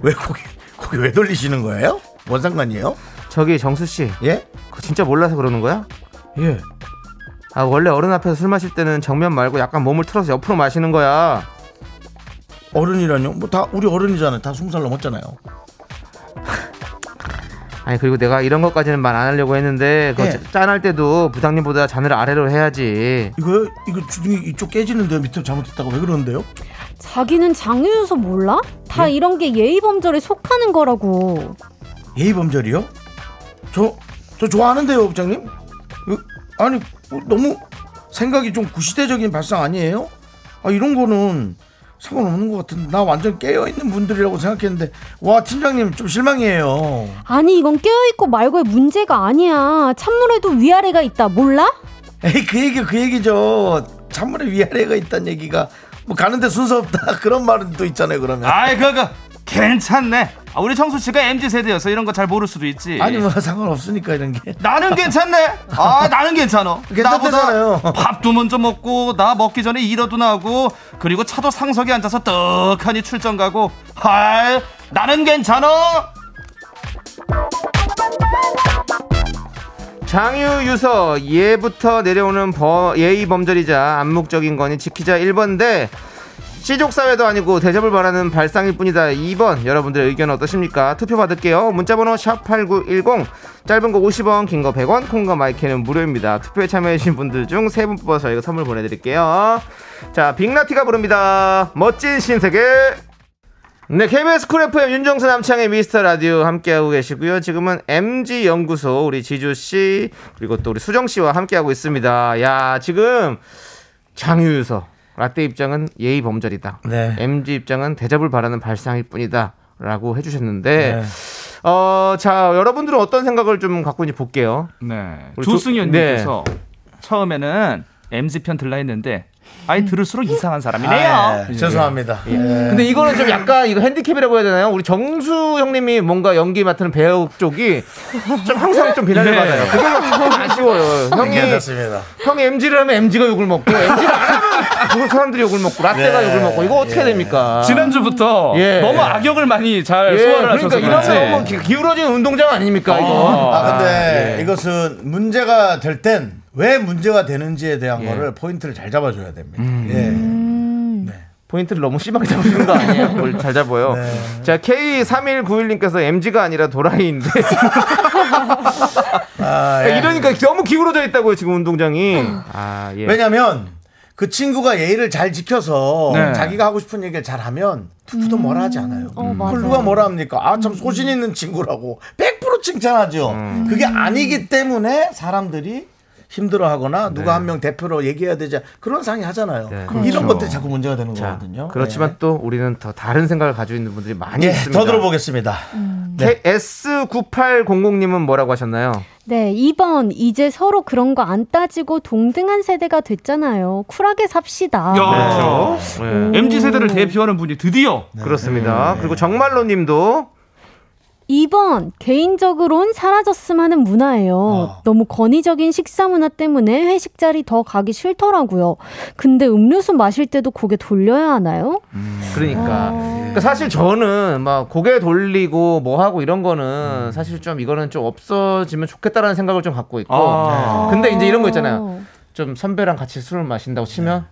왜 고개 고개 왜 돌리시는 거예요? 뭔 상관이에요?
저기 정수씨,
예?
그거 진짜 몰라서 그러는 거야?
예.
아 원래 어른 앞에서 술 마실 때는 정면 말고 약간 몸을 틀어서 옆으로 마시는 거야.
어른이라뇨? 뭐 다 우리 어른이잖아요. 다 스무 살 넘었잖아요.
아니 그리고 내가 이런 것까지는 말 안 하려고 했는데 그거
예.
짜- 짠할 때도 부장님보다 잔을 아래로 해야지.
이거 이거 주둥이 이쪽 깨지는데요. 밑으로 잘못했다고 왜 그러는데요?
자기는 장유유서 몰라? 다
네.
이런 게 예의 범절에 속하는 거라고.
예의 범절이요? 저, 저 좋아하는데요, 부장님? 어, 아니, 어, 너무 생각이 좀 구시대적인 발상 아니에요? 아, 이런 거는 상관없는 것 같은데. 나 완전 깨어있는 분들이라고 생각했는데. 와, 팀장님, 좀 실망이에요.
아니, 이건 깨어있고 말고의 문제가 아니야. 찬물에도 위아래가 있다. 몰라?
에이, 그 얘기, 그 얘기죠. 찬물에 위아래가 있다는 얘기가. 뭐, 가는데 순서 없다. 그런 말은 또 있잖아요, 그러면.
아이 그거 괜찮네. 아, 우리 청수 씨가 MZ 세대여서 이런 거 잘 모를 수도 있지.
예.
아니, 뭐, 상관없으니까, 이런 게.
나는 괜찮네. 아 나는 괜찮아.
괜찮대잖아요.
밥도 먼저 먹고 나 먹기 전에 일어도 나고 그리고 차도 상석에 앉아서 떡하니 출장 가고. 아 나는 괜찮아.
장유 유서 예부터 내려오는 버- 예의 범절이자 암묵적인 거니 지키자 1번데 시족 사회도 아니고 대접을 바라는 발상일 뿐이다 2번 여러분들의 의견 어떠십니까? 투표 받을게요. 문자번호 샵 #8910 짧은 거 50원, 긴 거 100원, 콩과 마이크는 무료입니다. 투표에 참여해주신 분들 중 세 분 뽑아서 저희가 선물 보내드릴게요. 자 빅나티가 부릅니다. 멋진 신세계. 네, KBS 쿨 FM 윤정수 남창의 미스터 라디오 함께하고 계시고요. 지금은 MG 연구소 우리 지주 씨 그리고 또 우리 수정 씨와 함께하고 있습니다. 야, 지금 장유유서 라떼 입장은 예의 범절이다.
네.
MG 입장은 대접을 바라는 발상일 뿐이다. 라고 해주셨는데,
네.
어, 자, 여러분들은 어떤 생각을 좀 갖고 있는지 볼게요.
네.
우리 조-
조승현님께서 처음에는 MZ 편 들라 했는데 아이 들을수록 이상한 사람이네요.
아, 예. 죄송합니다. 근데 이거는 좀 약간 이거 핸디캡이라고 해야 되나요? 우리 정수 형님이 뭔가 연기 맡는 배우 쪽이 좀 항상 좀 비난을
네.
받아요. 그게 좀 아쉬워요. 형이
괜찮습니다.
형이 MG를 하면 MG가 욕을 먹고 MG를 안 하면 그걸 사람들이 욕을 먹고 라떼가
네.
욕을 먹고 이거 어떻게
예.
됩니까?
지난주부터
예.
너무 악역을 많이 잘
예,
소화를
그러니까
하셔서
이러면
그런지.
뭐 기- 기울어지는 운동장 아닙니까 이거.
아, 근데
예.
이것은 문제가 될 땐 왜 문제가 되는지에 대한 거를 포인트를 잘 잡아줘야 됩니다.
포인트를 너무 심하게 잡으시는 거 아니에요? 뭘잘 잡아요. 자, K3191님께서 MG가 아니라 도라이인데.
예.
이러니까 너무 기울어져 있다고요, 지금 운동장이. 아, 예.
왜냐면 그 친구가 예의를 잘 지켜서
네.
자기가 하고 싶은 얘기를 잘 하면 누구도 뭐라 하지 않아요. 그걸 누가 뭐라 합니까? 아, 참 소신 있는 친구라고 100% 칭찬하죠.
음.
그게 아니기 때문에 사람들이 힘들어 하거나 누가 한 명 대표로 얘기해야 되지 않- 그런 상의 하잖아요. 그럼 이런
네. 그렇죠.
것들이 자꾸 문제가 되는
자,
거거든요.
그렇지만
네.
또 우리는 더 다른 생각을 가지고 있는 분들이 많이
예,
있습니다. 네.
더 네. 들어보겠습니다.
K- S9800님은 뭐라고 하셨나요?
네, 2번 이제 서로 그런 거 안 따지고 동등한 세대가 됐잖아요. 쿨하게 삽시다.
아,
야,
네.
MZ 세대를 대표하는 분이 드디어
그렇습니다. 그리고 정말로님도
2번 개인적으론 사라졌음 하는 문화예요.
아.
너무 권위적인 식사 문화 때문에 회식 자리 더 가기 싫더라고요. 근데 음료수 마실 때도 고개 돌려야 하나요?
그러니까. 그러니까 사실 저는 막 고개 돌리고 뭐 하고 이런 거는 사실 좀 이거는 좀 없어지면 좋겠다라는 생각을 좀 갖고 있고.
아.
근데 이제 이런 거 있잖아요. 좀 선배랑 같이 술을 마신다고 치면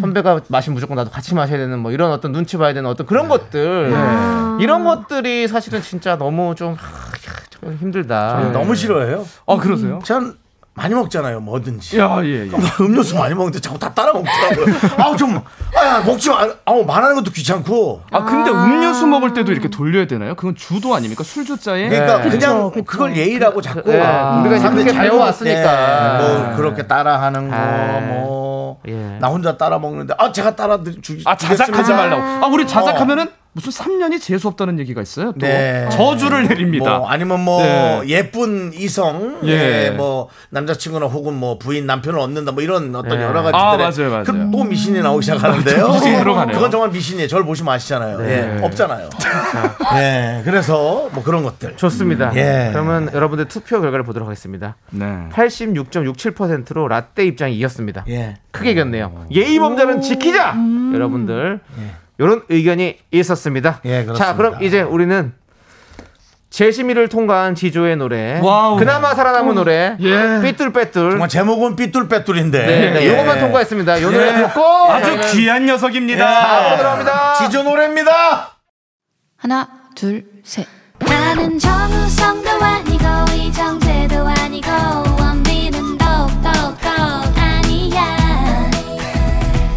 선배가 마신 무조건 나도 같이 마셔야 되는 뭐 이런 어떤 눈치 봐야 되는 어떤 그런 것들
네. 아.
이런 것들이 사실은 진짜 너무 좀, 하, 야, 좀 힘들다.
저는 너무 싫어해요.
아 그러세요?
전 많이 먹잖아요, 뭐든지.
야, 예, 예.
그럼 음료수 많이 먹는데 자꾸 다 따라 먹더라고요. 아우 좀, 아야 먹지 마. 아우 말하는 것도 귀찮고.
아 근데 음료수 먹을 때도 이렇게 돌려야 되나요? 그건 주도 아닙니까? 술주자에
그러니까 그냥 그걸 예의라고 자꾸
예,
아,
우리가 이제
사람들이
그렇게
잘
배워왔으니까.
먹을 때, 뭐 그렇게 따라하는
아.
거뭐나 혼자 따라 먹는데 아 제가 따라 주
아 자작하지
주겠습니다. 어.
말라고. 아 우리 자작하면은 무슨 3년이 재수 없다는 얘기가 있어요. 또
네.
저주를 내립니다.
뭐 아니면 뭐
네.
예쁜 이성,
예.
예, 뭐 남자친구나 혹은 뭐 부인 남편을 얻는다 뭐 이런 어떤
예.
여러 가지들
아, 맞아요, 맞아요.
그럼 또 미신이 나오기 시작하는데요.
또 미신이 들어가네요.
그건 정말 미신이에요. 저를 보시면 아시잖아요.
네.
예, 없잖아요. 예, 그래서 뭐 그런 것들.
좋습니다.
예.
음, 그러면 여러분들 투표 결과를 보도록 하겠습니다. 86.67%로 라떼 입장이 이겼습니다.
예.
크게 이겼네요. 예의 범절은 지키자.
음.
여러분들 이런 의견이 있었습니다.
예. 그렇습니다. 예.
자, 그럼 이제 우리는 재심이를 통과한 지조의 노래,
와우.
그나마 살아남은 노래,
예.
삐뚤빼뚤.
정말 제목은 삐뚤빼뚤인데.
뭐 네, 네, 요것만 통과했습니다. 요 노래 듣고
예. 아주
저희는
예. 귀한 녀석입니다.
예, 들어갑니다.
지조 노래입니다.
하나, 둘, 셋.
나는 정우성도 아니고 이정재도 아니고 원빈은 더욱더 아니야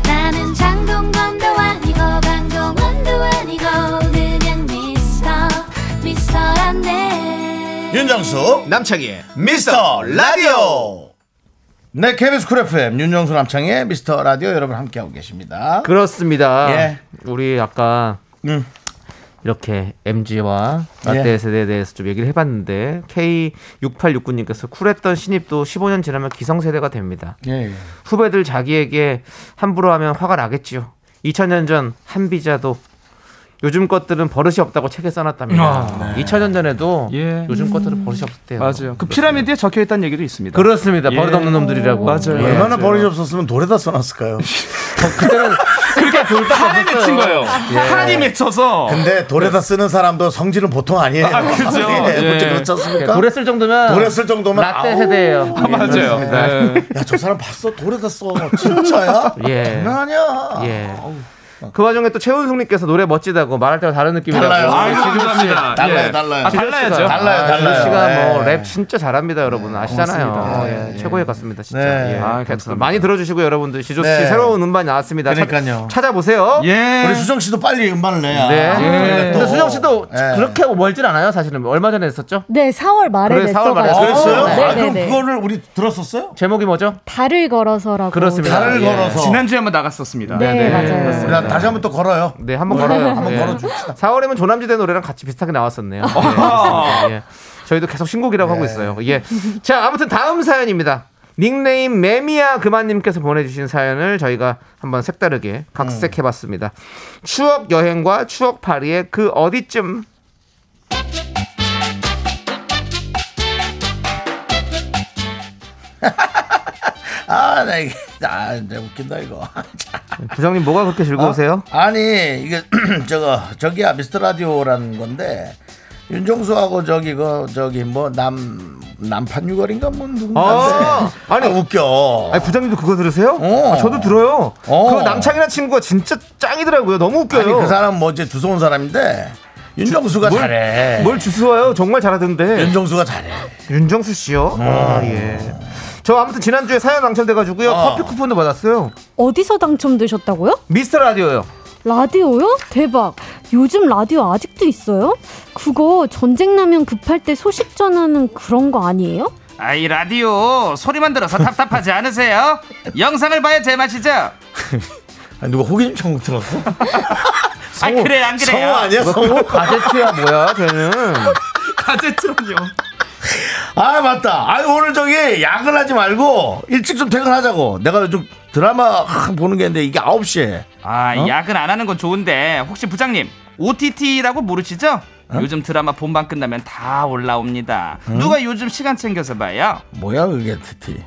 나는 장동건도 아니고 강동원도 아니고 그냥 미스터 미스터란데
윤정수 남창희의 미스터 라디오 네 KBS 쿨 FM 윤정수 남창희의 미스터 라디오 여러분 함께하고 계십니다
그렇습니다.
예.
우리 아까
음.
이렇게 MG와 라떼
예.
세대에 대해서 좀 얘기를 해봤는데 K6869님께서 쿨했던 신입도 15년 지나면 기성세대가 됩니다.
예.
후배들 자기에게 함부로 하면 화가 나겠지요. 2000년 전 한비자도 요즘 것들은 버릇이 없다고 책에 써놨답니다.
아, 예. 음.
2000년 전에도 요즘 것들은 버릇이 없대요.
맞아요. 그 피라미드에 적혀 있다는 얘기도 있습니다. 예.
그렇습니다. 버릇 없는 놈들이라고. 예.
맞아요.
네, 얼마나
맞아요.
버릇이 없었으면 노래다 써놨을까요
그렇게 돌다 한에 맺힌 거예요. 한이 맺혀서.
근데 노래다 쓰는 사람도 성질은 보통 아니에요
아, 그죠.
예.
예.
그렇지 그렇지 않습니까
노래 쓸 그러니까 정도면
노래 쓸 정도면
라떼
아우.
세대예요.
아, 맞아요. 네.
야 저 사람 봤어 노래다 써 진짜야
예.
장난 아니야
예. 그 와중에 또 최은숙님께서 노래 멋지다고 말할 때와 다른 느낌이라고.
달라요. 아유,
지조 씨.
감사합니다. 달라요,
예.
달라요.
아, 달라야죠.
달라요, 달라요.
지조 씨가 뭐
네.
랩 진짜 잘합니다, 여러분 아시잖아요.
고맙습니다.
예, 최고의 같습니다, 진짜.
네.
예.
아,
그래서 많이 들어주시고 여러분들 지조 씨
네.
새로운 음반이 나왔습니다. 찾-
그러니까요. 예. 아,
찾아보세요.
네. 예.
우리 수정 씨도 빨리 음반을 내야.
네.
저희가 또-
근데 수정 씨도
예.
그렇게 멀진 않아요, 사실은. 얼마 전에 했었죠?
네, 4월 말에
그래, 4월 말에
냈어가지고.
했어요?
네,
아,
네,
그럼
네.
그거를 우리 들었었어요?
제목이 뭐죠?
달을 걸어서라고.
예.
아, 지난주
지난주에 한번 나갔었습니다.
네, 네, 맞아요.
그렇습니다.
다시 한번 또 걸어요.
네, 한번
네.
걸어요.
한번 아.
예.
걸어줍시다.
4월에면 조남지대 노래랑 같이 비슷하게 나왔었네요. 예, 그렇습니다. 예. 저희도 계속 신곡이라고
네.
하고 있어요. 예. 자, 아무튼 다음 사연입니다. 닉네임 매미야 그만님께서 보내주신 사연을 저희가 한번 색다르게 각색해봤습니다.
음.
추억 여행과 추억 파리의 그 어디쯤
아, 나 이게 아, 내 웃긴다 이거.
부장님 뭐가 그렇게 즐거우세요?
아니 이게 저거 저기야 미스터 라디오라는 건데 윤종수하고 저기 그 저기 뭐 남 남판 유걸인가 뭐
아,
누군가인데.
아니
웃겨.
아니 부장님도 그거 들으세요? 아, 저도 들어요.
어.
그 남창이라는 친구가 진짜 짱이더라고요. 너무 웃겨요.
아니 그 사람 뭐 이제 주워 온 사람인데 윤정수가
뭘-
잘해.
뭘 주워요? 정말 잘하던데.
윤정수가 잘해.
윤정수 씨요?
네.
아, 예. 저 아무튼 지난주에 사연 당첨돼가지고요
어.
커피 쿠폰도 받았어요.
어디서 당첨되셨다고요?
미스터 라디오요.
라디오요? 대박. 요즘 라디오 아직도 있어요? 그거 전쟁 나면 급할 때 소식 전하는 그런 거 아니에요?
아이 라디오 소리만 들어서 답답하지 않으세요? 영상을 봐야 제맛이죠.
아니, 누가 호기심 천국 들었어?
아 그래 안 그래요?
성우 아니야 성우?
가제트야 뭐야 쟤는?
가제트라뇨.
아 맞다. 아 오늘 저기 야근 하지 말고 일찍 좀 퇴근하자고. 내가 요즘 드라마 하, 보는 게 있는데 이게 9시에.
아
어?
야근 안 하는 건 좋은데 혹시 부장님 OTT라고 모르시죠? 요즘 드라마 본방 끝나면 다 올라옵니다. 누가 요즘 시간 챙겨서 봐요?
뭐야 그게 티티.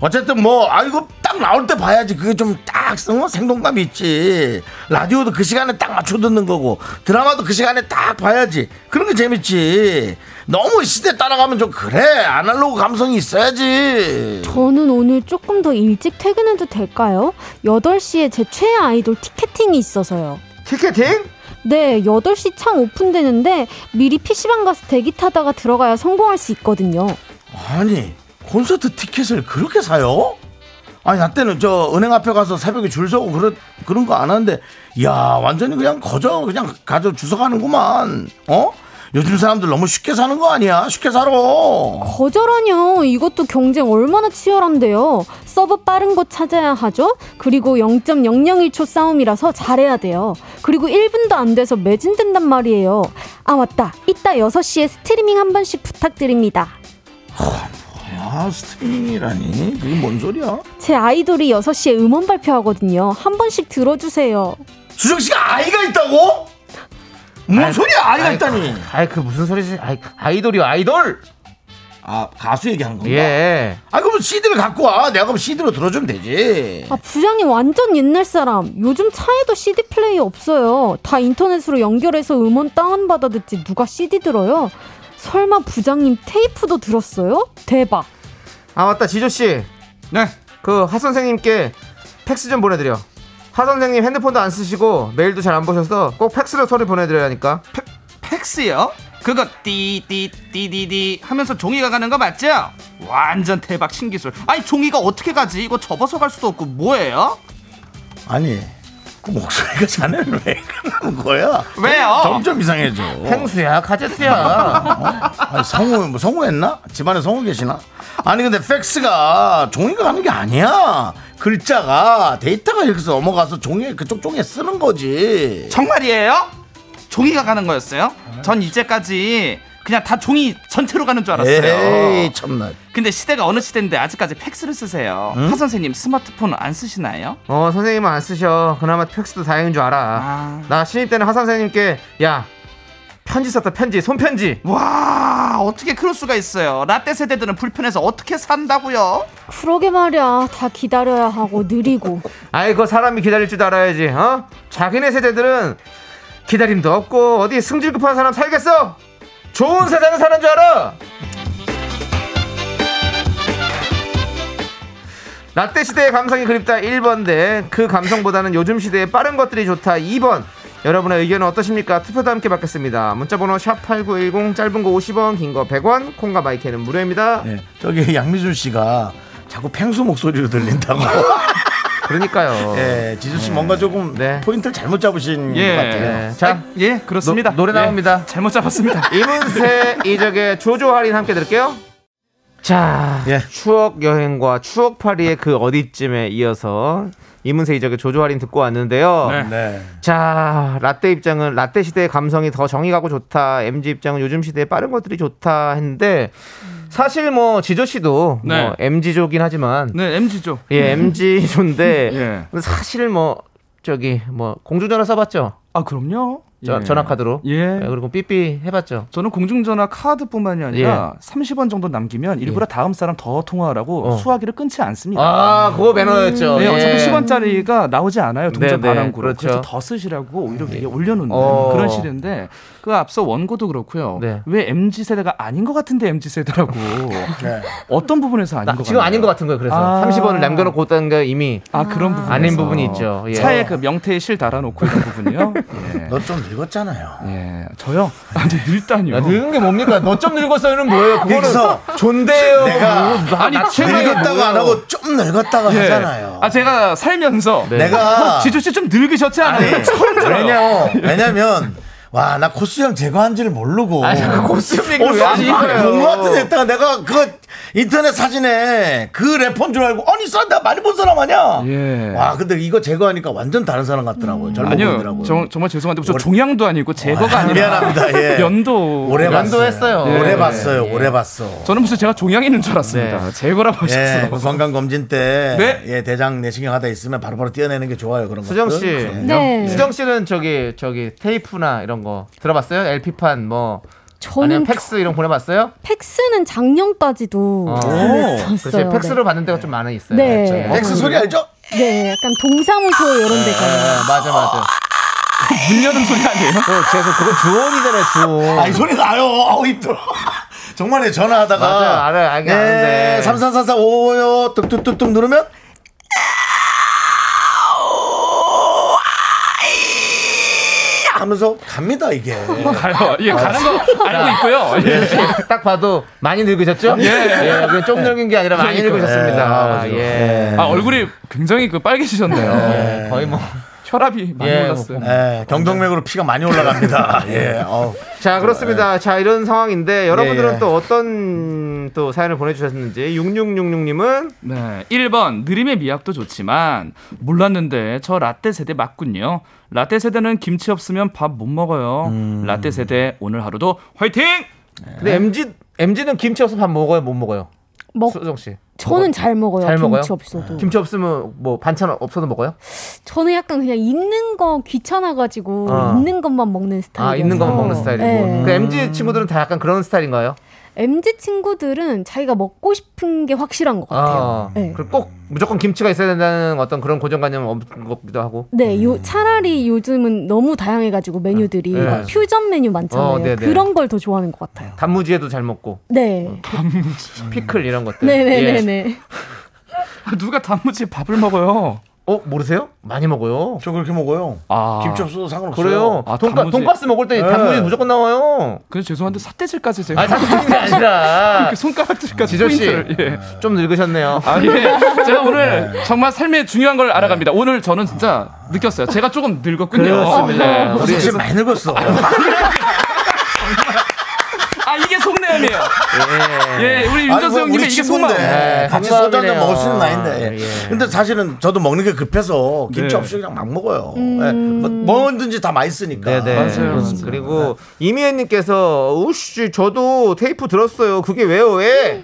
어쨌든 뭐 아이고 딱 나올 때 봐야지 그게 좀딱 어? 생동감이 있지 라디오도 그 시간에 딱 맞춰 듣는 거고 드라마도 그 시간에 딱 봐야지 그런 게 재밌지 너무 시대 따라가면 좀 그래 아날로그 감성이 있어야지
저는 오늘 조금 더 일찍 퇴근해도 될까요? 8시에 제 최애 아이돌 티켓팅이 있어서요.
티켓팅?
네, 8시 창 오픈되는데 미리 PC방 가서 대기 타다가 들어가야 성공할 수 있거든요.
아니 콘서트 티켓을 그렇게 사요? 아니 나 때는 저 은행 앞에 가서 새벽에 줄 서고 그런 그런 거 안 하는데 야 완전히 그냥 거저 그냥 가져 주워가는구만 어? 요즘 사람들 너무 쉽게 사는 거 아니야 쉽게 살아
거절하뇨. 이것도 경쟁 얼마나 치열한데요. 서버 빠른 곳 찾아야 하죠. 그리고 0.001초 싸움이라서 잘해야 돼요. 그리고 1분도 안 돼서 매진된단 말이에요. 아, 맞다. 이따 6시에 스트리밍 한 번씩 부탁드립니다.
야 스트리밍이라니 아, 그게 뭔 소리야
제 아이돌이 6시에 음원 발표하거든요. 한 번씩 들어주세요.
수정 씨가 아이가 있다고? 뭔 소리야 아이가 있다니
아이 그 무슨 소리지? 아이 아이돌이요 아이돌.
아 가수 얘기하는 건가?
예.
아 그럼 CD를 갖고 와 내가 그럼 CD로 들어주면 되지
아, 부장님 완전 옛날 사람. 요즘 차에도 CD 플레이 없어요. 다 인터넷으로 연결해서 음원 다운받아 듣지 누가 CD 들어요? 설마 부장님 테이프도 들었어요? 대박.
아 맞다 지조 씨.
네.
그하 선생님께 팩스 좀 보내드려. 하 선생님 핸드폰도 안 쓰시고 메일도 잘 안 보셔서 꼭 팩스로 서류 보내드려야 하니까.
팩스요? 그거 띠띠띠디디 하면서 종이가 가는 거 맞죠? 완전 대박 신기술. 아니 종이가 어떻게 가지? 이거 접어서 갈 수도 없고 뭐예요?
아니 그 목소리가 자네는 왜 그러는 거야?
왜요?
점점 이상해져. 어?
펭수야, 카제트야.
아니, 성우 뭐 성우 했나? 집안에 성우 계시나? 아니 근데 팩스가 종이가 가는 게 아니야. 글자가 데이터가 이렇게 해서 넘어가서 종이에 그쪽 종이에 쓰는 거지.
정말이에요? 종이가 가는 거였어요? 전 이제까지 그냥 다 종이 전체로 가는 줄 알았어요.
에이 참나.
근데 시대가 어느 시대인데 아직까지 팩스를 쓰세요.
응?
하 선생님 스마트폰 안 쓰시나요?
어 선생님은 안 쓰셔. 그나마 팩스도 다행인 줄 알아. 나 신입 때는 하 선생님께 야 편지 썼다 편지 손편지.
와 어떻게 그럴 수가 있어요? 라떼 세대들은 불편해서 어떻게 산다고요?
그러게 말이야. 다 기다려야 하고 느리고.
아이고 그 사람이 기다릴 줄 알아야지 어? 자기네 세대들은 기다림도 없고 어디 승질 급한 사람 살겠어? 좋은 세상에 사는 줄 알아 라떼 시대의 감성이 그립다 1번대 그 감성보다는 요즘 시대의 빠른 것들이 좋다 2번 여러분의 의견은 어떠십니까? 투표도 함께 받겠습니다. 문자번호 샵 8910 짧은 거 50원 긴 거 100원 콩과 마이크는 무료입니다.
네, 저기 양미준 씨가 자꾸 팽수 목소리로 들린다고.
어. 그러니까요.
예, 지수 씨 뭔가 조금 포인트를 잘못 잡으신
네. 예.
것 같아요.
자, 예, 그렇습니다. 노래 나옵니다. 잘못 잡았습니다. 이문세 이적의 조조 할인 함께 들을게요. 자, 추억 여행과 추억 파리의 그 어디쯤에 이어서 이문세 이적의 조조 할인 듣고 왔는데요.
네.
네.
자, 라떼 입장은 라떼 시대의 감성이 더 정이 가고 좋다. MG 입장은 요즘 시대의 빠른 것들이 좋다 했는데 사실 뭐 지조 씨도
네.
뭐 MG조긴 하지만
네, 예. MG죠.
예, MG조인데 사실 뭐 저기 뭐 공중전화 써봤죠?
아, 그럼요.
저-
예.
전화카드로.
예.
그리고 삐삐 해봤죠.
저는 공중전화 카드뿐만이 아니라 30원 정도 남기면 일부러 다음 사람 더 통화하라고
예. 어.
수화기를 끊지 않습니다.
아, 그거 매너였죠.
네, 어차피
예.
10원짜리가 나오지 않아요. 동전
네, 네,
반환구로.
그렇죠.
그래서더 쓰시라고 오히려 위에 올려놓는
어. 네.
그런 시대인데 그 앞서 원고도 그렇고요. 왜 MZ 세대가 아닌 것 같은데 MZ 세대라고 어떤 부분에서 아닌
나-
것
지금
같나요?
아닌 것 같은 거예요. 그래서
아.
30원을 남겨놓고 있다는 게 이미
아 그런 부분
아닌 부분이 있죠. 예.
차에 그 명태의 실 달아놓고 이런 부분이요. 예.
너 좀 늙었잖아요.
예, 저요? 아니 늙다니요.
야, 늙은 게 뭡니까? 너 좀 늙었어요는 뭐예요? 그거는
여기서
존대요.
내가
뭐, 나-
아니,
나
최근에
최근에
늙었다고
뭐예요?
안 하고
좀 늙었다고
예.
하잖아요.
아 제가 살면서
네. 내가-
지조 씨 좀 늙으셨지 않아요? 예. 처음 들어요.
왜냐, 왜냐면 와, 나 코스형 제거한 줄 모르고.
아니, 고수 얘기를 왜 하시는 거예요?
공무원한테 됐다가 내가 그 인터넷 사진에 그 래퍼인 줄 알고, 아니, 써, 나 많이 본 사람 아니야? 와, 근데 이거 제거하니까 완전 다른 사람 같더라고요. 젊어
예. 아니요,
보이더라고요.
정, 정말 죄송한데 저 종양도 아니고 제거가
아,
아니라
미안합니다. 예.
연도
오래 봤어요.
예.
오래 봤어요. 오래 봤어.
저는 무슨 제가 종양 있는 줄 알았습니다. 제거라고 하셨어요.
예, 그 건강 검진 때
네.
예, 대장 내시경 하다 있으면 바로바로 떼어내는 게 좋아요. 그런 거.
수정 씨,
네.
수정 씨는 저기 저기 테이프나 이런 거 들어봤어요? LP판 뭐 아니면 팩스 이런 거 보내봤어요?
팩스는 작년까지도
어.
보냈었어요.
그렇지. 팩스로 받는 데가 좀 많아 있어요.
네.
예.
팩스 소리 알죠? 네. 네, 약간 동사무소 이런 데가.
예, 맞아 맞아.
문 여는 소리 아니에요?
그 그래서 그거 주원이잖아요. 주원.
아이 소리 나요. 아우 힘들어. 정말에 전화하다가
맞아요. 알아요. 알긴 아는데.
3344 55요. 뚝뚝뚝뚝 누르면 하면서 갑니다 이게.
가요. 예, 가는 거 알고 있고요.
예. 딱 봐도 많이 늙으셨죠?
예.
그냥 좀 늙은 게 아니라 많이
그러니까요.
네,
늙으셨습니다. 예.
아 얼굴이 굉장히 그 빨개지셨네요.
예, 거의 뭐
혈압이 많이 올랐어요.
예, 경동맥으로 피가 많이 올라갑니다. 예. 어우.
자 그렇습니다. 자 이런 상황인데 여러분들은
예.
또 어떤 또 사연을 보내주셨는지 6666님은
네, 1번 느림의 미학도 좋지만 몰랐는데 저 라떼 세대 맞군요. 라떼 세대는 김치 없으면 밥 못 먹어요. 라떼 세대 오늘 하루도 화이팅!
근데 MG MG는 김치 없으면 밥 먹어요 못 먹어요.
먹-
수정 씨.
저는 잘 먹어요.
잘
김치
먹어요?
없어도.
김치 없으면 뭐 반찬 없어도 먹어요?
저는 약간 그냥 있는 거 귀찮아가지고
아.
있는 것만 먹는 스타일이에요.
아 있는 것만 먹는 스타일이고.
네.
그 MG 친구들은 다 약간 그런 스타일인가요?
MZ 친구들은 자기가 먹고 싶은 게 확실한 것
아,
같아요. 네.
그리고 꼭 무조건 김치가 있어야 된다는 어떤 그런 고정관념 없는 것 같기도 하고.
네, 요 차라리 요즘은 너무 다양해가지고 메뉴들이
네.
막 퓨전 메뉴 많잖아요.
어, 네네.
그런 걸 더 좋아하는 것 같아요.
단무지에도 잘 먹고 어,
네,
피클 이런 것들.
네, 네, 네,
예.
네.
아, 누가 단무지 밥을 먹어요?
어 모르세요? 많이 먹어요.
저 그렇게 먹어요.
아.
김치 없어도 상관없어요.
그래요.
아,
돈가,
단무지.
돈가스 먹을 때
네.
단무지 무조건 나와요.
근데 죄송한데 삿대질까지 제가
아, 단무지가 아니라
이렇게 손가락질까지
지조 씨.
그 포인트를, 예.
좀 늙으셨네요.
아, 예. 제가 오늘 정말 삶의 중요한 걸 알아갑니다. 오늘 저는 진짜 느꼈어요. 제가 조금 늙었군요.
그렇습니다.
네.
우리
그래서-
지금
많이 늙었어.
아, 이게 속내음이에요. 예, 우리
뭐
윤정수 형님의 이게 속마음.
친구인데 같이
반감이네요.
소주 한잔 먹을 수 있는 나인데.
예.
근데 사실은 저도 먹는 게 급해서 김치
네.
없이 그냥 막 먹어요. 예. 뭐- 뭐든지 다 맛있으니까.
네네. 그리고 이미애님께서 우씨 저도 테이프 들었어요. 그게 왜요? 왜?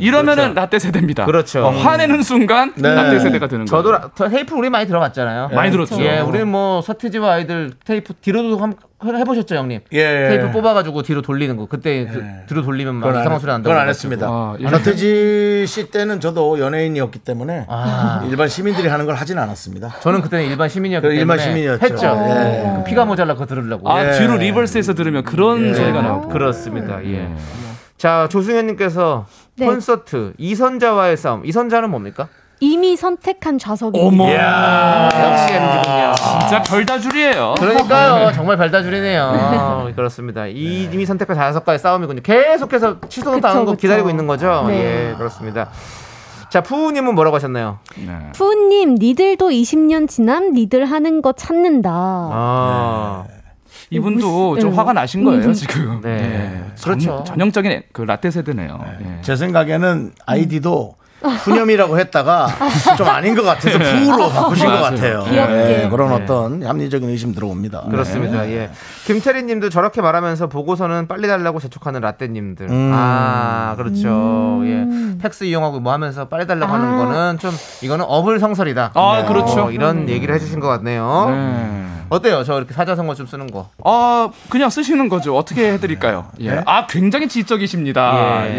이러면은 라떼 세대입니다.
그렇죠.
어, 화내는 순간
네.
라떼 세대가 되는 거예요.
저도 라- 저 테이프 우리 많이 들어봤잖아요.
많이 들었죠.
예, 우리는 뭐 서태지와 아이들 테이프 뒤로도 한- 해보셨죠, 형님?
예.
테이프 뽑아가지고 뒤로 돌리는 거. 그때 그- 뒤로 돌리면 막
그건 안,
이상한 소리 난다고.
그건 안
그래가지고.
했습니다. 안태지 씨 때는 저도 연예인이었기 때문에
아.
일반 시민들이 하는 걸 하진 않았습니다.
저는 그때는 일반 시민이었기
그
때문에
일반 시민이었죠.
했죠.
예.
그 피가 모자라 그거 들으려고.
아 뒤로 리버스에서 들으면 그런
예.
소리가 나오고
그렇습니다. 예. 자 조승현님께서
네.
콘서트 이선자와의 싸움. 이선자는 뭡니까?
이미 선택한 좌석입니다.
어머.
역시 MZ군요.
진짜 별다줄이에요.
아. 그러니까요. 정말 어. 발다줄이네요. 그렇습니다. 이 이미 선택과 자연석과의 싸움이군요. 계속해서 취소도
그쵸,
당한 거
그쵸.
기다리고 있는 거죠.
네.
예, 그렇습니다. 자, 푸우님은 뭐라고 하셨나요?
푸님 니들도 20년 지남 니들 하는 거 찾는다.
아.
이분도
무슨-
좀
네.
화가 나신 거예요
음.
지금.
네.
전-
그렇죠.
전형적인 그 라떼 세대네요. 예.
제 생각에는 아이디도 푸념이라고 했다가 좀 아닌 것 같아서 푸우로 바꾸신 것
네. 맞아요.
같아요.
귀엽게.
예, 그런
네.
어떤 합리적인 의심 들어옵니다.
그렇습니다.
네.
예. 김태리 님도 저렇게 말하면서 보고서는 빨리 달라고 재촉하는 라떼 님들.
음.
아, 그렇죠. 예. 팩스 이용하고 뭐 하면서 빨리 달라고 하는 거는 좀 이거는 어불성설이다. 뭐
아, 그렇죠.
이런 얘기를 해 주신 것 같네요. 어때요? 저 이렇게 사자성어 좀 쓰는 거.
아 그냥 쓰시는 거죠. 어떻게 해드릴까요? 예.
네?
아 굉장히 지적이십니다.
예.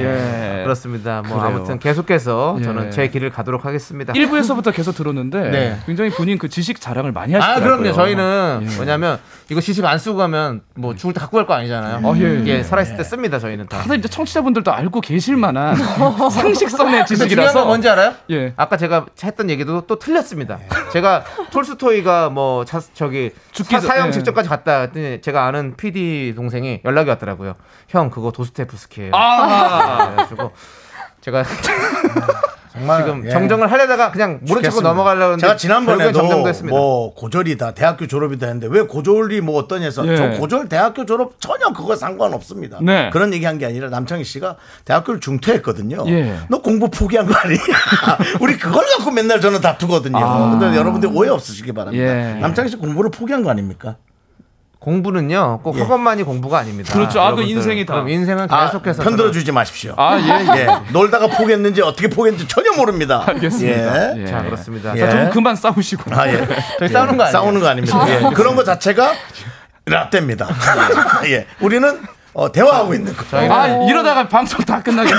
예.
그렇습니다. 뭐
그래요.
아무튼 계속해서
예.
저는 제 길을 가도록 하겠습니다.
1부에서부터 계속 들었는데
네.
굉장히 본인 그 지식 자랑을 많이
아,
하시더라고요. 예.
그럼요. 저희는 뭐냐면 이거 시식 안 쓰고 가면 뭐 죽을 때 갖고 갈 거 아니잖아요.
아, 예, 예.
이게 살아있을 때 씁니다. 저희는 다.
다들 이제 청취자분들도 알고 계실 만한 상식선의
근데 그러니까 중요한
지식이라서
건 뭔지 알아요?
예.
아까 제가 했던 얘기도 또 틀렸습니다. 제가 톨스토이가 뭐 자, 저기
죽기
죽기
전-
사형
예.
직전까지 갔다 했더니 제가 아는 PD 동생이 연락이 왔더라고요. 형 그거 도스테프스키예요.
아.
그래가지고 제가
정말
지금
예.
정정을 하려다가 그냥 모른 척고
죽겠습니다.
넘어가려고 했는데
제가
결국엔 정정도
지난번에도
했습니다.
뭐 고졸이다 대학교 졸업이다 했는데 왜 고졸이 뭐 어떠냐서
예.
저 고졸 대학교 졸업 전혀 그거 상관없습니다
네.
그런 얘기한 게 아니라 남창희 씨가 대학교를 중퇴했거든요
예.
너 공부 포기한 거 아니야 우리 그걸 갖고 맨날 저는 다투거든요
아.
근데 여러분들 오해 없으시기 바랍니다
예.
남창희 씨 공부를 포기한 거 아닙니까
공부는요 꼭 학업만이 공부가 아닙니다.
그렇죠. 아, 그
여러분들.
인생이 다.
그럼 인생은
예. 아,
계속해서
편들어 주지 마십시오
아, 예.
놀다가 포기했는지 어떻게 포기했는지 전혀 모릅니다
알겠습니다.
예.
예.
자 그렇습니다.
예.
자, 좀 그만 싸우시고.
아, 예.
저희 싸우는 거 아니에요?
싸우는 거 아닙니다. 예. 그런 거 자체가 라떼입니다. 예. 우리는 어, 대화하고 있는 거.
저희는
아, 이러다가 방송 다 끝나겠다.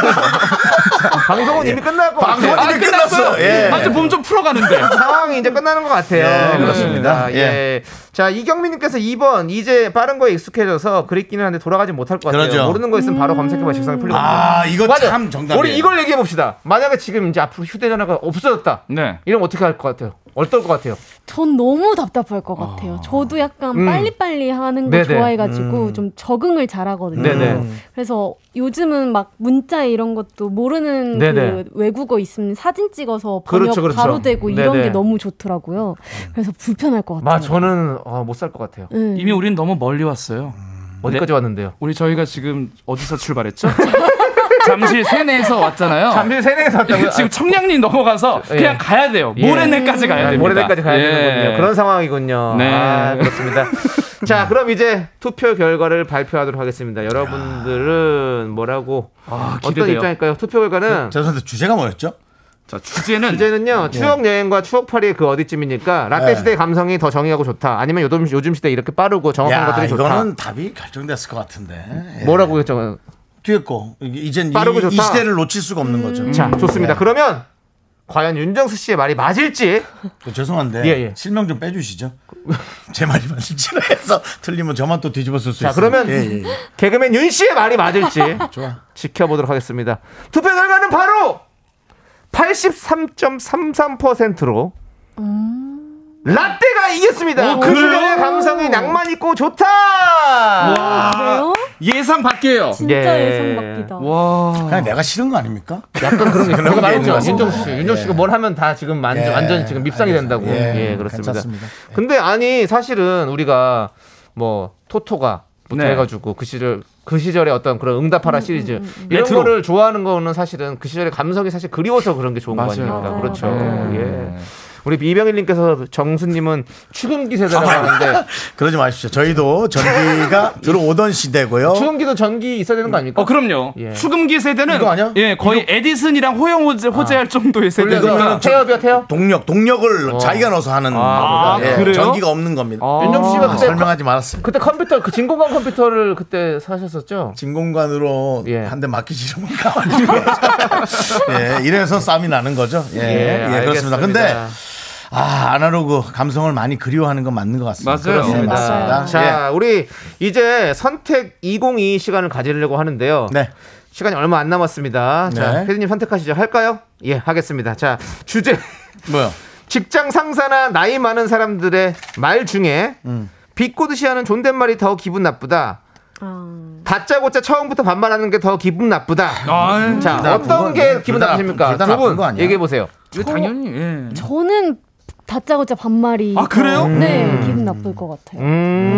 방송은 이미 끝날 것
방송은
같아요.
이미 끝났어. 예.
아무튼 몸좀 풀어가는데.
상황이 이제 끝나는 것 같아요.
예, 그렇습니다.
예. 자, 이경민님께서 2번, 이제 빠른 거에 익숙해져서 그립기는 한데 돌아가지 못할 것 같아요.
그러죠.
모르는 거 있으면
음.
바로 검색해봐 직성이 풀리거든요.
아, 이거
맞아요.
참 정답이에요.
우리 이걸 얘기해봅시다. 만약에 지금 이제 앞으로 휴대전화가 없어졌다.
네.
이러면 어떻게 할 것 같아요? 어떨 것 같아요?
전 너무 답답할 것 같아요. 저도 약간
음.
빨리빨리 하는 거
네네.
좋아해가지고 좀 적응을 잘하거든요.
네네.
음.
그래서 요즘은 막 문자 이런 것도 모르는
네네.
그 외국어 있으면 사진 찍어서 번역
그렇죠, 그렇죠.
바로 되고 이런
네네.
게 너무 좋더라고요. 그래서 불편할 것 같아요.
아, 저는 못 살 것 같아요.
네.
이미 우린 너무 멀리 왔어요.
네.
어디까지 왔는데요?
우리 저희가 지금 어디서 출발했죠? 잠실 세내에서 왔잖아요.
잠실 세내에서 왔다고요?
지금 청량리 넘어가서
예.
그냥 가야 돼요.
예.
모래내까지 가야
아,
됩니다.
모레까지 가야
예.
되는군요. 그런 상황이군요.
네.
아, 그렇습니다. 자, 그럼 이제 투표 결과를 발표하도록 하겠습니다. 여러분들은 뭐라고
아,
어떤
기대돼요. 네.
입장일까요? 투표 결과는
죄송한데 주제가 뭐였죠?
자, 주제는 네.
주제는요. 추억 여행과 추억 파리의 그 어디쯤입니까? 라떼
네.
시대의 감성이 더 정의하고 좋다. 아니면 요즘 요즘 시대 이렇게 빠르고 정확한
야,
것들이 좋다.
이거는 답이 결정됐을 것 같은데. 예.
뭐라고 했죠?
뒤에 거. 이게 이젠 이,
빠르고
이
좋다.
시대를 놓칠 수가 없는
음.
거죠.
자, 좋습니다.
네.
예.
그러면 과연 윤정수 씨의 말이 맞을지
그 죄송한데
예, 예.
실명 좀 빼주시죠. 제 말이 맞을지라 해서 틀리면 저만 또 뒤집었을 수 예,
자,
있어요.
그러면- 개그맨 윤 씨의 말이 맞을지
좋아.
지켜보도록 하겠습니다. 투표 결과는 바로 83.33%로
음.
라떼가 이겼습니다. 그 시대의 감성이 낭만 있고 좋다.
그래요?
예상 밖이에요.
진짜
예.
예. 상밖이다
와.
그냥 내가 싫은 거 아닙니까?
약간 그런 게 있어요.
그런 게 있는 것
말했죠.
같습니다.
윤정수 씨. 윤정수 씨가
예.
뭘 하면 다 지금 완전,
예,
완전 지금 밉상이
알겠습니다.
된다고.
예,
예, 그렇습니다.
괜찮습니다.
근데 아니, 사실은 우리가 뭐 토토가 부터
네.
해가지고 그 시절 그 시절의 어떤 그런
음,
응답하라 시리즈 이런
레트로.
거를 좋아하는 거는 사실은 그 시절의 감성이 사실 그리워서 그런 게 좋은 거
맞아요.
아닙니까?
맞아요.
그렇죠.
네.
예. 우리 이병일님께서 정수님은 추금기 세대라고 하는데
그러지 마십시오. 저희도 전기가 들어오던 시대고요.
추금기도 전기 있어야 되는 거 아닙니까?
어 그럼요.
예.
수금기 세대는
이거 아니야?
예 거의 에디슨이랑 호영 호재 호재할 정도의 세대니까.
그러면은 저-
태엽이요 태엽?
동력, 동력을 자기가 넣어서 하는
아,
거고요. 예,
그래요?
전기가 없는 겁니다.
아.
윤정수 씨가
아,
그때
설명하지 말았어요.
그때 컴퓨터 그 진공관 컴퓨터를 그때 사셨었죠?
진공관으로
예.
한 대 맞기 싫으면 가만히 예, 이래서 싸움이 나는 거죠. 예, 예, 그렇습니다.
알겠습니다.
근데 아 아날로그 감성을 많이 그리워하는 건 맞는 것 같습니다.
맞아요.
네, 맞습니다.
자, 우리 이제 선택 2022 시간을 가지려고 하는데요.
예. 네.
시간이 얼마 안 남았습니다. 자,
네.
피디님 선택하시죠. 할까요? 예, 하겠습니다. 자, 주제.
뭐요?
직장 상사나 나이 많은 사람들의 말 중에
음.
비꼬듯이 하는 존댓말이 더 기분 나쁘다.
아.
다짜고짜 처음부터 반말하는 게 더 기분 나쁘다.
아,
자,
둘다
어떤
그건
게 기분
둘다
나쁘십니까?
둘다
두
나쁜
분
거 아니야?
얘기해 보세요.
당연히. 예.
저는 다짜고짜 반말이.
아, 그래요?
네,
음.
기분 나쁠 것 같아요.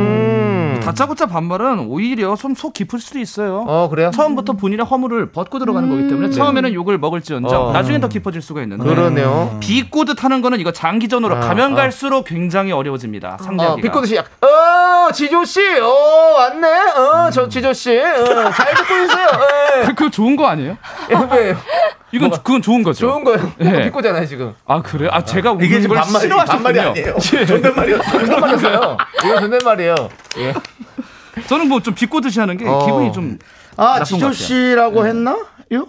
음.
다짜고짜 반말은 오히려 좀 속 깊을 수도 있어요.
어 그래요?
처음부터 본인의 허물을 벗고 들어가는 거기 때문에
네.
처음에는 욕을 먹을지언정
어.
나중엔 더 깊어질 수가 있는데
그러네요.
비꼬듯 하는 거는 이거 장기전으로
아,
가면
아.
갈수록 굉장히 어려워집니다. 상대하기가.
어, 비꼬듯이 약. 어, 지조 씨, 어 왔네. 어, 저 지조 씨, 어, 잘 듣고 있어요. 예.
네, 아, 그거 좋은 거 아니에요?
왜요?
이건 그건 좋은 거죠.
좋은 거예요. 뭐
예.
비꼬잖아요 지금.
아 그래? 아 제가 우는
이게 지금
걸
반말이-
싫어하셨군요.
반말이 네, 아니에요.
예.
존댓말이었어요. 이거 존댓말이에요. 예.
저는 뭐 좀 비꼬듯이 하는 게
어.
기분이 좀
아,
나쁜 것
지조
같아요. 음.
씨라고 했나? 요?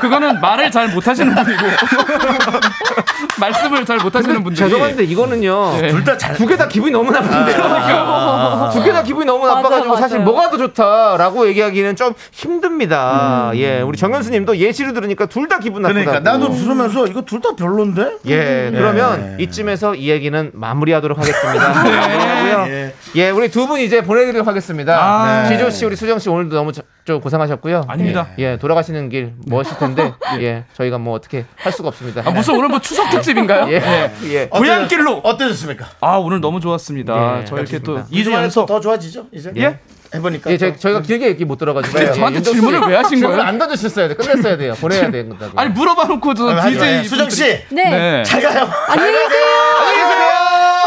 그거는 말을 잘 못하시는 분이고 말씀을 잘 못하시는 분들이
죄송한데 이거는요.
예.
둘 다 잘.
두 개 다 기분이 너무 나쁜데요. 두 개 다 기분이 너무 나빠가지고 사실 뭐가 더 좋다라고 얘기하기는 좀 힘듭니다. 예, 우리 정현수님도 예시를 들으니까 둘 다 기분 나쁘다.
그러니까 나도 들으면서 이거 둘 다 별론데?
음.
예,
네.
그러면 이쯤에서 이 얘기는 마무리하도록 하겠습니다. 그러고요.
예.
예, 우리 두 분 이제 보내드리도록 하겠습니다.
아.
네.
지조 씨, 우리 수정 씨 오늘도 너무 저- 저 고생하셨고요.
아닙니다.
예, 예, 돌아가시는 길 멋있을 텐데 예, 저희가 뭐 어떻게 할 수가 없습니다.
아, 무슨 오늘 뭐 추석 특집인가요?
예, 예.
고향길로.
어떠셨습니까?
아 오늘 너무 좋았습니다.
예,
저 이렇게 또
알겠습니다.
2주 연속
더 좋아지죠? 이제?
예?
해보니까.
예, 저희, 저희가 길게 얘기 못 들어가지고
네,
저한테 질문을 왜 하신 거예요?
안 던졌었어야 돼. 끝냈어야 돼요. 보내야 돼.
아니 물어봐놓고 저
하지 마요.
DJ
예. 수정 씨.
네.
네.
잘 가요.
안녕히 계세요.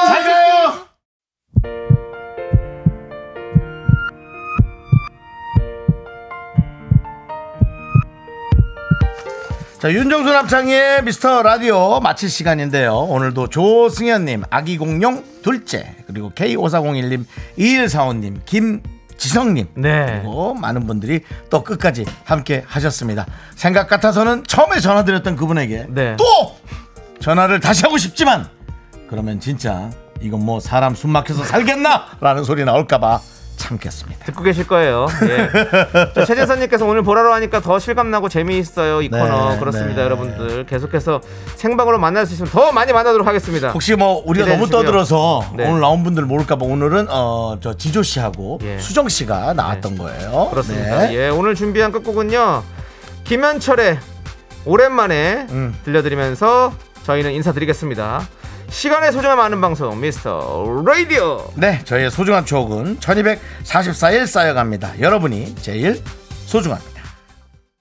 잘 가요. 자, 윤정수 남창희의 미스터 라디오 마칠 시간인데요. 오늘도 조승현님, 아기공룡 둘째, 그리고 K5401님, 2145님, 김지성님,
네.
그리고 많은 분들이 또 끝까지 함께 하셨습니다. 생각 같아서는 처음에 전화드렸던 그분에게
네.
또 전화를 다시 하고 싶지만 그러면 진짜 이건 뭐 사람 숨 막혀서 살겠나? 라는 소리 나올까봐 참겠습니다.
듣고 계실 거예요. 예. 저 최재선님께서 오늘 보라로 하니까 더 실감나고 재미있어요 이
네,
코너 그렇습니다
네.
여러분들 계속해서 생방으로 만날 수 있으면 더 많이 만나도록 하겠습니다.
혹시 뭐 우리가
기대해
너무
주시고요.
떠들어서
네.
오늘 나온 분들 모를까봐 오늘은 어저 지조 씨하고
예.
수정 씨가 나왔던 거예요.
그렇습니다.
네.
예, 오늘 준비한 끝곡은요. 김현철의 오랜만에
음.
들려드리면서 저희는 인사드리겠습니다. 시간의 소중함 아는 방송 미스터 라디오.
네, 저희의 소중한 추억은 1244일 쌓여갑니다. 여러분이 제일 소중합니다.